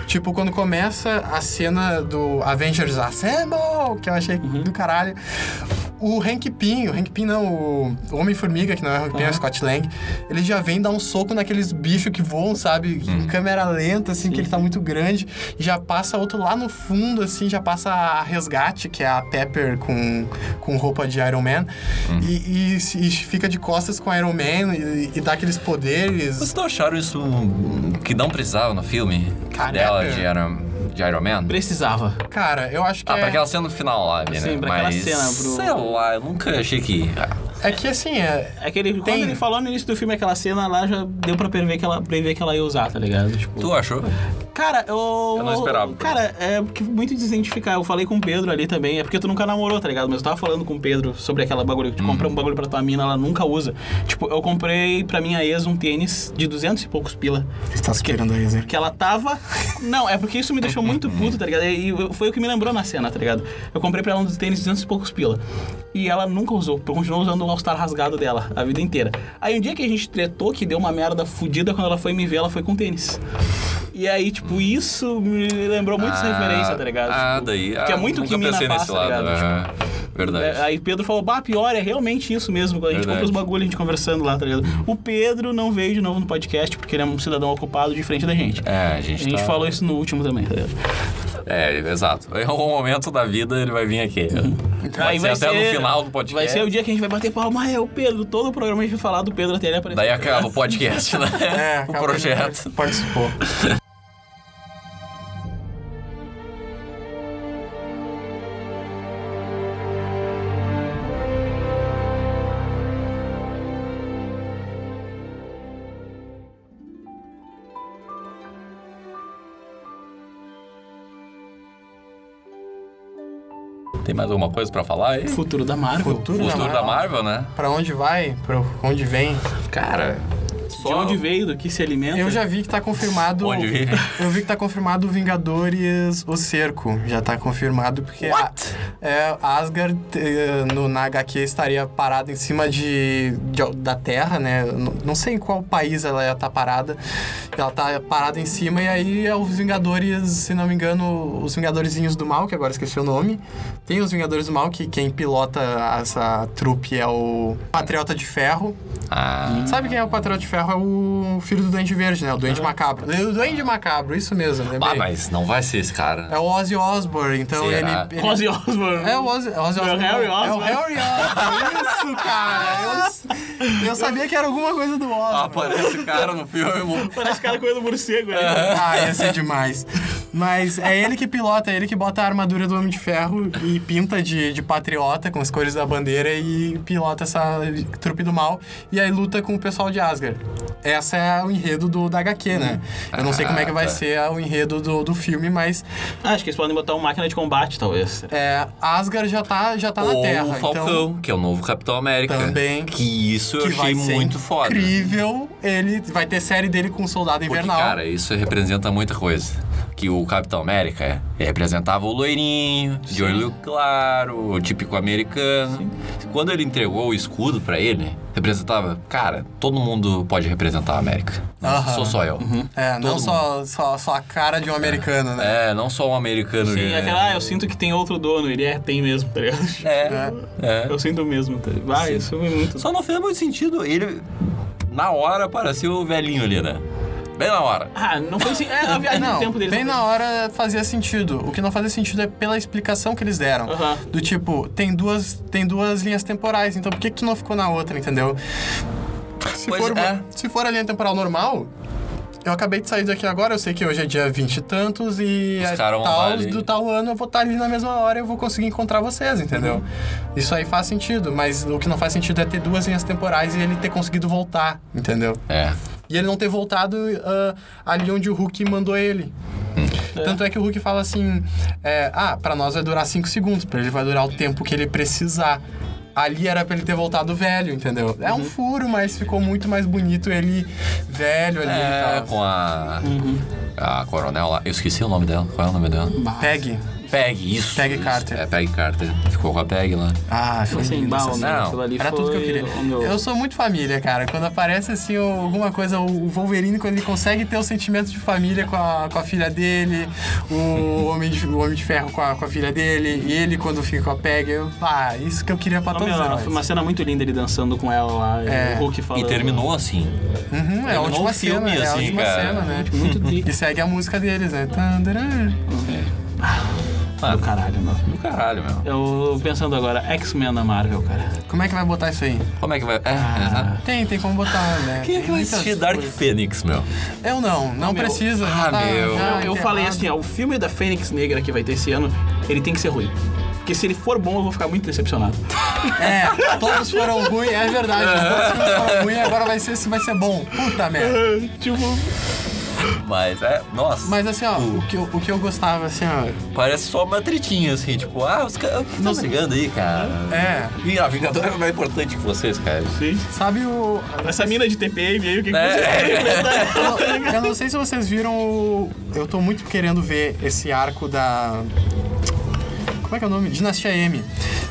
Tipo, quando começa a cena do Avengers Assemble, que eu achei do caralho. O Hank Pym, o Hank Pym não, o Homem-Formiga, que não é o Hank Pym, é o Scott Lang, ele já vem dar um soco naqueles bichos que voam, sabe? Uhum. Em câmera lenta, assim, que ele tá muito grande. E já passa outro lá no fundo, assim, já passa a Resgate, que é a Pepper com, com roupa de Iron Man. Uhum. E, e se- e fica de costas com Iron Man e, e dá aqueles poderes. Vocês não acharam isso hum, que não precisava no filme? Caraca. Dela de Iron, de Iron Man? Precisava. Cara, eu acho que. Ah, é... pra aquela cena no final lá, né? Sim, pra aquela Mas, cena, pro- Sei lá, eu nunca achei que... Ah, É que assim, é. É que ele, quando Tem. ele falou no início do filme aquela cena lá, já deu pra prever que ela, prever que ela ia usar, tá ligado? Tipo, Tu achou? Cara, eu. Eu não esperava. tá Cara, é porque muito desidentificar. Eu falei com o Pedro ali também. É porque tu nunca namorou, tá ligado? Mas eu tava falando com o Pedro sobre aquela bagulho. Uhum. Tu compra um bagulho pra tua mina, ela nunca usa. Tipo, eu comprei pra minha ex um tênis de 200 e poucos pila. Você tá esperando aí, Zé? Porque ela tava. Não, é porque isso me deixou muito puto, tá ligado? E eu- foi o que me lembrou na cena, tá ligado? Eu comprei pra ela uns tênis de 200 e poucos pila. E ela nunca usou, porque continuou usando o All-Star rasgado dela a vida inteira. Aí um dia que a gente tretou, que deu uma merda fudida, quando ela foi me ver, ela foi com tênis. E aí, tipo, isso me lembrou muito essa Ah, referência, tá ligado? Ah, Tipo, daí... que é ah, muito o que nunca mina pensei faz, nesse tá lado. ligado? aham. Verdade. É, Aí Pedro falou, bah, pior, é realmente isso mesmo. Quando a gente Verdade. compra os bagulho, a gente conversando lá, tá ligado? O Pedro não veio de novo no podcast porque ele é um cidadão ocupado de frente da gente. É, a A gente, gente tá- falou isso no último também, tá ligado? É, exato. Em algum momento da vida ele vai vir aqui. Pode Uhum. Aí vai até ser- no final do podcast. Vai ser o dia que a gente vai bater palma, "Ah, é o Pedro. Todo o programa a gente vai falar do Pedro até ele aparecer. Daí acaba o podcast, né? o É, acaba que ele projeto. Participou. Tem mais alguma coisa pra falar aí? O Futuro da Marvel. Futuro, futuro da Marvel, né? Pra onde vai? Pra onde vem? Cara, De onde veio, do que se alimenta. Eu já vi que tá confirmado. Onde vive? Eu vi que tá confirmado Vingadores O Cerco. Já tá confirmado, porque What? A, é, Asgard eh, no, na HQ estaria parada em cima de, de- da Terra, né? Eu Não, não sei em qual país ela ia estar parada. Ela tá parada em cima, e aí é os Vingadores, se não me engano, os Vingadorzinhos do Mal, que agora esqueci o nome. Tem os Vingadores do Mal, que quem pilota essa trupe é o Patriota de Ferro. Ah, Sabe quem é o Patrão de Ferro? É o filho do Duende Verde, né? O Duende Macabro. O Duende Macabro, isso mesmo, lembrei. Ah, mas não vai ser esse cara. É o Ozzy Osbourne, então ele, Será? ele- Ozzy Osbourne. É o Ozzy, Ozzy Osbourne. Harry É o Osbourne. Harry Osbourne. Isso, cara. Eu, eu sabia que era alguma coisa do Ah, Osbourne. É um Aparece o cara no filme. Parece cara comendo morcego, né? Ah, ia ser demais. Mas é ele que pilota, é ele que bota a armadura do Homem de Ferro e pinta de, de patriota com as cores da bandeira e pilota essa trupe do mal e aí luta com o pessoal de Asgard. Essa é o enredo do, da HQ, né? Eu não sei como é que vai Ah, tá. ser o enredo do, do filme, mas Ah, Acho que eles podem botar uma máquina de combate, talvez. é, Asgard já tá, já tá na Ou Terra. o Falcão, Então, que é o novo Capitão América. Também. Que isso eu que vai achei ser muito foda. incrível. Ele vai ter série dele com o Soldado Porque, Invernal. cara, isso representa muita coisa. Que o Capitão América é, representava o loirinho, de olho claro, o típico americano. Quando ele entregou o escudo pra ele, representava, cara, todo mundo pode representar a América. Não Aham. sou só eu. é, não todo só, só, só a cara de um americano, né? É, não só um americano. Sim, que- É. aquela, ah, eu sinto que tem outro dono. Ele é, tem mesmo, tá ligado? É, é. Eu sinto mesmo, tá ligado? Ah, isso foi muito... Só não fez muito sentido. Ele, na hora, parecia o velhinho ali, né? Bem na hora. Ah, não foi assim... É, a viagem Não, do tempo deles. bem não na hora fazia sentido. O que não fazia sentido é pela explicação que eles deram. Aham. Do tipo, tem duas, tem duas linhas temporais, então por que, que tu não ficou na outra, entendeu? Se Pois for, uma- é. se for a linha temporal normal, eu acabei de sair daqui agora, eu sei que hoje é dia 20 e tantos e Os é caras vão lá tal, ali. do tal ano eu vou estar ali na mesma hora e eu vou conseguir encontrar vocês, entendeu? Isso aí faz sentido, mas o que não faz sentido é ter duas linhas temporais e ele ter conseguido voltar, entendeu? É. E ele não ter voltado ah, ali onde o Hulk mandou ele. Tanto é que o Hulk fala assim: é, ah, pra nós vai durar 5 segundos, pra ele vai durar o tempo que ele precisar. Ali era pra ele ter voltado velho, entendeu? É um furo, mas ficou muito mais bonito ele velho ali É, e tal. com a. A coronel lá. Eu esqueci o nome dela. Qual é o nome dela? Peg. Peg, isso. Peg isso. Carter. É, Peg Carter. Ficou com a Peg lá. Ah, foi Sem lindo essa bala, cena. né? Não, Aquilo ali Era foi tudo que eu queria. o meu- Eu sou muito família, cara. Quando aparece assim o- alguma coisa, o o Wolverine, quando ele consegue ter o sentimento de família com a, com a filha dele, o Homem de, o Homem de Ferro com a, com a filha dele, e ele quando fica com a Peg, eu, pá, isso que eu queria pra Ah, todos meu, nós. foi uma cena muito linda ele dançando com ela lá. É. O Hulk falando. E terminou assim. Uhum, é a Terminou última o filme, cena, é a assim, última cara. cena, né? Tipo, Muito E triste. segue a música deles, né? Tandaran. Ah, Do caralho, mano. do caralho, meu. Eu pensando agora, X-Men na Marvel, cara. Como é que vai botar isso aí? Como é que vai. É, exato. Tem, tem como botar, né? Quem é que Tem vai muitas assistir Dark coisas. Phoenix, meu? Eu não, não meu. precisa. já Ah, tá- meu. já eu enterrado. falei assim, ó, o filme da Fênix Negra que vai ter esse ano, ele tem que ser ruim. Porque se ele for bom, eu vou ficar muito decepcionado. É, todos foram ruins, é verdade. Todos foram ruins, agora vai ser se vai ser bom. Puta merda. tipo, Mas é. Nossa. Mas assim, ó, o que eu, o que eu gostava, assim, ó. Parece só uma tretinha, assim. Tipo, ah, os caras. Não sei. brigando aí, cara. É. E a Vingadora é mais importante que vocês, cara. sim. Sabe o. Essa mina de TPM aí, o que, né? É. que vocês querem enfrentar? Eu, eu não sei se vocês viram o. Eu tô muito querendo ver esse arco da. Como é que é o nome? Dinastia M. Não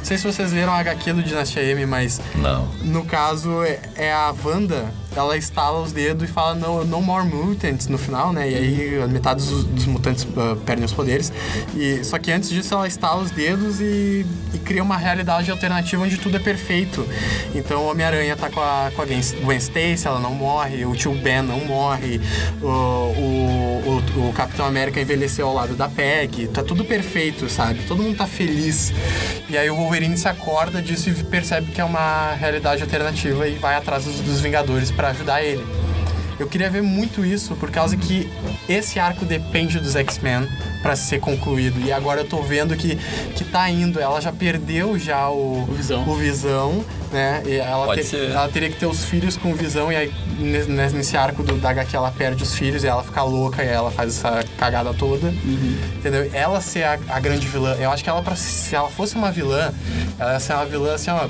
sei se vocês leram a HQ do Dinastia M, mas Não. no caso é- é a Wanda, ela estala os dedos e fala no, no more mutants no final, né? E aí a metade dos, dos mutantes ah, perdem os poderes. E, só que antes disso ela estala os dedos e, e cria uma realidade alternativa onde tudo é perfeito. Então o Homem-Aranha tá com a, com a Gwen, Gwen Stacy, ela não morre, o tio Ben não morre, o, o, o- o Capitão América envelheceu ao lado da Peg, tá tudo perfeito, sabe? Todo mundo tá feliz. E aí o Wolverine se acorda disso e percebe que é uma realidade alternativa e vai atrás dos, dos Vingadores pra ajudar ele. Eu queria ver muito isso, por causa que esse arco depende dos X-Men pra ser concluído. E agora eu tô vendo que, que tá indo. Ela já perdeu já o, O Visão. o Visão, né? E ela, Pode te- ser. ela teria que ter os filhos com o Visão e aí ne- ne- nesse arco do, da HQ ela perde os filhos e ela fica louca e ela faz essa cagada toda. Uhum. Entendeu? Ela ser a, a grande vilã. Eu acho que ela, pra, se ela fosse uma vilã, ela ia ser uma vilã assim, ó,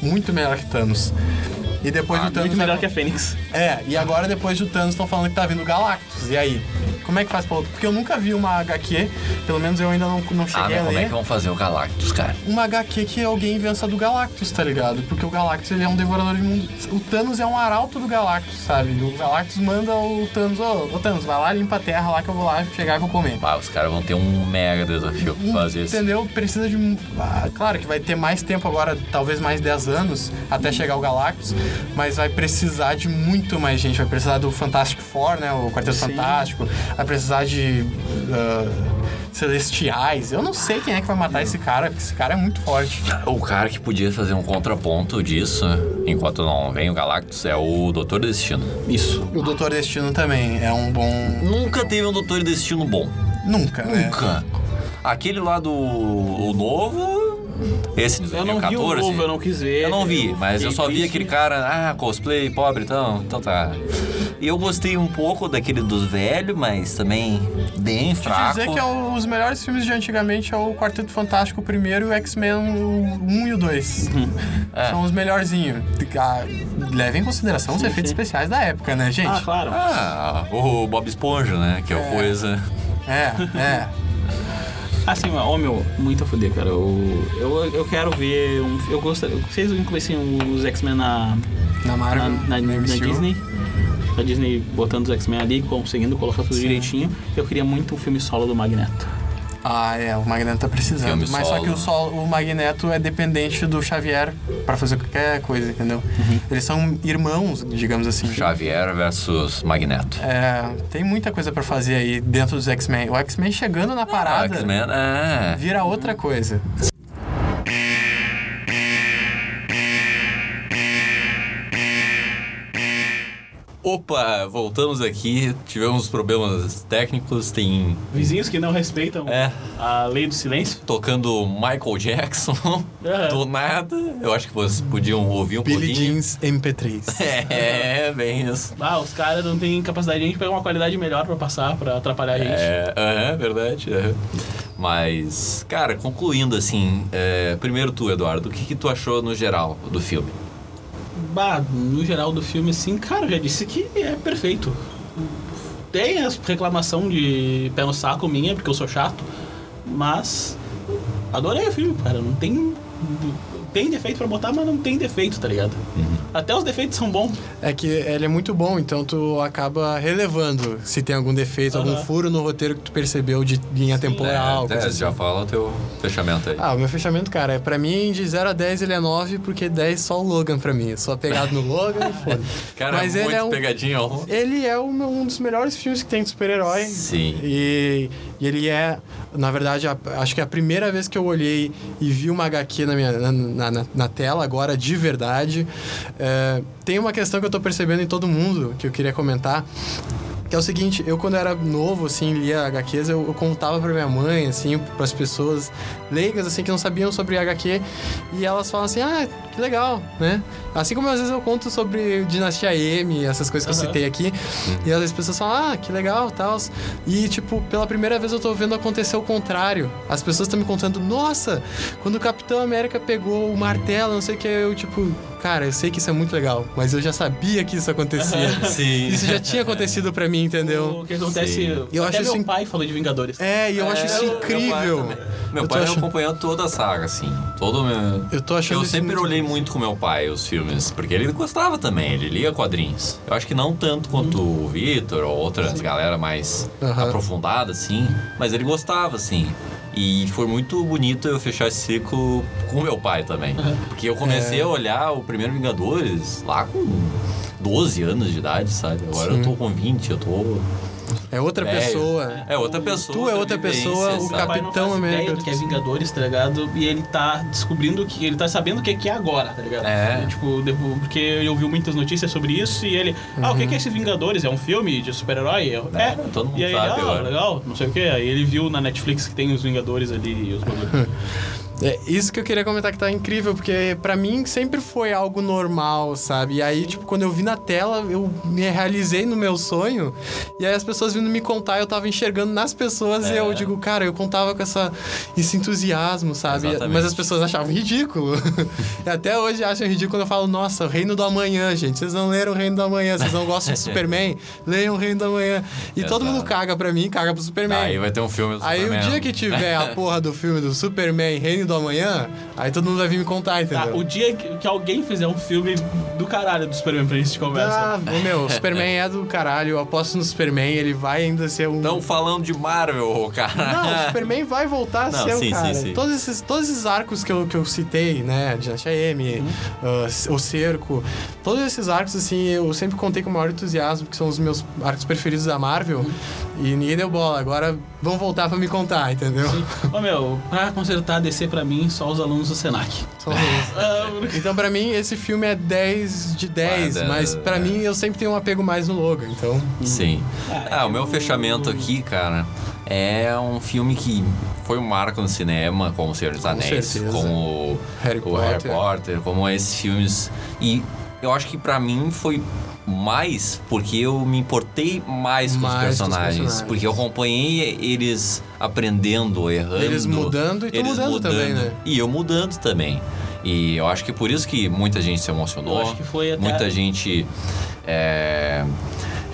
muito melhor que Thanos. E depois do Thanos. Ah, Muito melhor que a Fênix. É, e agora depois do Thanos estão falando que tá vindo Galactus. E aí? Como é que faz pra outro? Porque eu nunca vi uma HQ, pelo menos eu ainda não, não Ah, cheguei mas a como ler é que vão fazer o Galactus, cara? uma HQ que alguém invença do Galactus, tá ligado? Porque o Galactus ele é um devorador de mundos. O Thanos é um arauto do Galactus, sabe? O Galactus manda o Thanos, ô, ô Thanos, vai lá, limpa a terra lá que eu vou lá chegar e vou comer. Ah, os caras vão ter um mega desafio pra fazer isso. Entendeu? Precisa de um. ah, claro que vai ter mais tempo agora, talvez mais 10 anos, até chegar o Galactus, mas vai precisar de muito mais gente. Vai precisar do Fantastic Four, né? O Quarteto Fantástico. Vai precisar de. ah, celestiais. Eu não sei quem é que vai matar esse cara, porque esse cara é muito forte. O cara que podia fazer um contraponto disso, enquanto não vem o Galactus, é o Doutor Destino. Isso. O Doutor Destino também é um bom. Nunca teve um Doutor Destino bom. Nunca, né? Nunca. Aquele lá do o novo. Esse de Eu não vi o 2014. novo, eu não quis ver. Eu não vi, mas eu só vi fiquei aquele triste. cara, ah, cosplay, pobre, então, então tá. E eu gostei um pouco daquele dos velhos, mas também bem fraco. Dizer que é o- os melhores filmes de antigamente é o Quarteto Fantástico o primeiro e o X-Men 1 e o 2. Hum. São os melhorzinhos. Ah, Levem em consideração os efeitos especiais da época, né, gente? Ah, claro. Ah, o Bob Esponja, né? Que é, o coisa. É, é. Assim, ó, meu, muito a fuder, cara. Eu, eu, eu quero ver um. Eu gostaria. Vocês conhecem os X-Men na, na, Na Marvel, na- na MCU. Disney? A Disney botando os X-Men ali, conseguindo colocar tudo direitinho. Eu queria muito um filme solo do Magneto. Ah, é, o Magneto tá precisando. Filme Mas só solo. que o, sol, o Magneto é dependente do Xavier pra fazer qualquer coisa, entendeu? Uhum. Eles são irmãos, digamos assim. Xavier versus Magneto. É, tem muita coisa pra fazer aí dentro dos X-Men. O X-Men chegando na Ah, parada X-Men, é. vira outra coisa. Opa, voltamos aqui. Tivemos problemas técnicos. Tem Vizinhos que não respeitam É. a lei do silêncio. tocando Michael Jackson É. do nada. Eu acho que vocês podiam ouvir um Billy pouquinho. Jeans MP3. É, bem isso. Ah, os caras não têm capacidade nem de pegar uma qualidade melhor pra passar, pra atrapalhar a gente. É, é verdade. é. Mas, cara, concluindo assim, é, primeiro tu, Eduardo, o que, que tu achou no geral do filme? Bah, no geral do filme, assim, cara, eu já disse que é perfeito. Tem as reclamação de pé no saco minha, porque eu sou chato, mas adorei o filme, cara. Não tem. Tem defeito pra botar, mas não tem defeito, tá ligado? Até os defeitos são bons. É que ele é muito bom, então tu acaba relevando se tem algum defeito, algum Aham. furo no roteiro que tu percebeu de linha temporal. é, coisa é, assim. já fala o teu fechamento aí. Ah, o meu fechamento, cara, é pra mim de 0 a 10 ele é 9, porque 10 só o Logan pra mim. É Só pegado no Logan e foda. cara, mas muito ele é um- pegadinho. ó. Ele é um, um dos melhores filmes que tem de super-herói. Sim. E, e ele é, na verdade, a- acho que é a primeira vez que eu olhei e vi uma HQ na, minha, na, na- na- na tela agora, de verdade. É, tem uma questão que eu tô percebendo em todo mundo, que eu queria comentar. Que é o seguinte, eu quando era novo, assim, lia HQs, eu, eu contava pra minha mãe, assim, pras pessoas leigas, assim, que não sabiam sobre HQ. E elas falam assim, ah, que legal, né? Assim como às vezes eu conto sobre Dinastia M, essas coisas que eu citei aqui, Uhum. e às vezes as pessoas falam, ah, que legal, tal. E, tipo, pela primeira vez eu tô vendo acontecer o contrário. As pessoas estão me contando, nossa, quando o Capitão América pegou o martelo, não sei o que, eu, tipo, cara, eu sei que isso é muito legal, mas eu já sabia que isso acontecia. Sim. Isso já tinha acontecido pra mim, entendeu? O que acontece. Sim. Eu até acho meu assim isso inc- pai falou de Vingadores. É, e eu acho isso incrível. Meu Eu tô pai achando- acompanhou toda a saga, assim. Todo o meu... Eu tô achando Eu isso sempre muito- olhei muito com meu pai os filmes, porque ele gostava também, ele lia quadrinhos. Eu acho que não tanto quanto o Vitor ou outras galera mais Uhum. Aham. aprofundada, assim, mas ele gostava, assim. E foi muito bonito eu fechar esse ciclo com meu pai também. Porque eu É. comecei a olhar o primeiro Vingadores lá com 12 anos de idade, sabe? Agora eu tô com 20, eu tô. É outra velho. pessoa. É outra pessoa. Tu é outra vivência, pessoa, o sabe? Tá, Meu pai não Capitão faz América, ideia do que é assim. Vingadores, tá ligado? E ele tá descobrindo que. Ele tá sabendo o que é que é agora, tá ligado? É. E, tipo, de- porque ele ouviu muitas notícias sobre isso e ele. Ah, o que que é esse Vingadores? É um filme de super-herói? Eu, Uhum. É, É, todo mundo E aí, sabe ele, ah, agora. legal, não sei o que. Aí ele viu na Netflix que tem os Vingadores ali e os bagulho. É isso que eu queria comentar que tá incrível, porque pra mim sempre foi algo normal, sabe? E aí, tipo, quando eu vi na tela, eu me realizei no meu sonho. E aí as pessoas vindo me contar, eu tava enxergando nas pessoas e É. eu digo, cara, eu contava com essa, esse entusiasmo, sabe? Exatamente. Mas as pessoas achavam ridículo. E Até hoje acham ridículo quando eu falo, nossa, o Reino do Amanhã, gente. Vocês não leram o Reino do Amanhã, vocês não gostam de Superman? Leiam o Reino do Amanhã. E todo Exato. mundo caga pra mim, caga pro Superman. Aí vai ter um filme do Aí Superman. o dia que tiver a porra do filme do Superman Reino do Amanhã, aí todo mundo vai vir me contar, Tá, entendeu? o dia que, que alguém fizer um filme do caralho do Superman pra gente conversa. Ah, meu, o Superman é do caralho, eu aposto no Superman, ele vai ainda ser um. Estão falando de Marvel, cara. Não, o Superman vai voltar a Não, ser sim, o cara. sim, sim. Todos, esses, todos esses arcos que eu, que eu citei, né? Dinastia Uhum. M, ah, O Cerco, todos esses arcos, assim, eu sempre contei com o maior entusiasmo, que são os meus arcos preferidos da Marvel. Uhum. E ninguém deu bola. Agora vão voltar pra me contar, entendeu? Ô meu, pra consertar descer pra mim, só os alunos do Senac. Só isso. Ah, porque- Então, pra mim, esse filme é 10 de 10, Ah, da- mas pra é. mim eu sempre tenho um apego mais no logo, então. Sim. Ah, o meu fechamento aqui, cara, é um filme que foi um marco no cinema, como O Senhor dos Anéis, certeza. como o Harry o Harry Potter. Potter, como esses filmes. E eu acho que pra mim foi mais porque eu me importei mais com Mais os com os personagens, personagens. porque eu acompanhei eles aprendendo, errando, Eles mudando e tu eles mudando também, né? E eu mudando também. E eu acho que por isso que muita gente se emocionou. Eu acho que foi até- Muita gente é,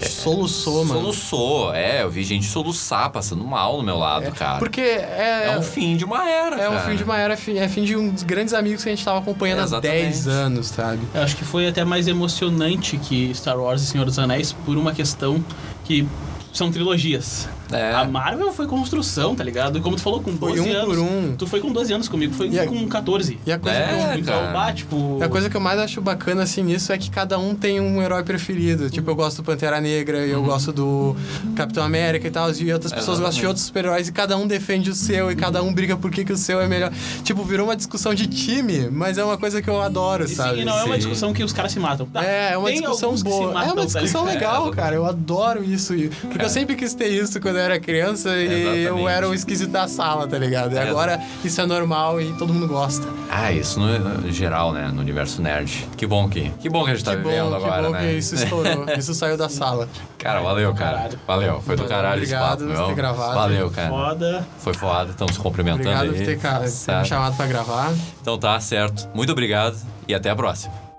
Soluçou, mano. Soluçou, é. Eu vi gente soluçar, passando mal no meu lado, cara. Porque é, é, um fim de uma era, é um cara. fim de uma era, é fim- é fim de uns grandes amigos que a gente tava acompanhando há Exatamente. 10 anos, sabe? Eu acho que foi até mais emocionante que Star Wars e Senhor dos Anéis por uma questão que são trilogias. É. A Marvel foi construção, tá ligado? E como tu falou, com 12 Foi um anos. por um. Tu foi com 12 anos comigo, foi E a- com 14. E a coisa, É, que eu, Então, cara. bah, tipo. e a coisa que eu mais acho bacana, assim, nisso é que cada um tem um herói preferido. Tipo, eu gosto do Pantera Negra, eu Uhum. gosto do Capitão América e tal, e outras pessoas gostam de outros super-heróis, e cada um defende o seu, e cada um briga por que, que o seu é melhor. Tipo, virou uma discussão de time, mas é uma coisa que eu adoro, E sim, sabe? e não é uma Sim. discussão que os caras se matam. Tá, É, é uma tem discussão alguns que se boa. é matam, uma tá discussão ligado? É. legal, cara. Eu adoro isso. E- Porque eu sempre quis ter isso quando eu era criança e eu Exatamente. era o esquisito da sala, tá ligado? E agora isso é normal e todo mundo gosta. Ah, isso no, no geral, né? No universo nerd. Que bom que. Que bom que a gente tá que bom, vivendo que agora, bom né? que é isso estourou. isso saiu da sala. Cara, valeu, cara. Caralho. Valeu. Foi do Valeu, caralho esse obrigado papo, por meu. ter gravado. Valeu, cara. Foda. Foi foda, estamos cumprimentando Obrigado aí. Tá. por ter, ca- ter me Certo. chamado pra gravar. Então tá, certo. Muito obrigado e até a próxima.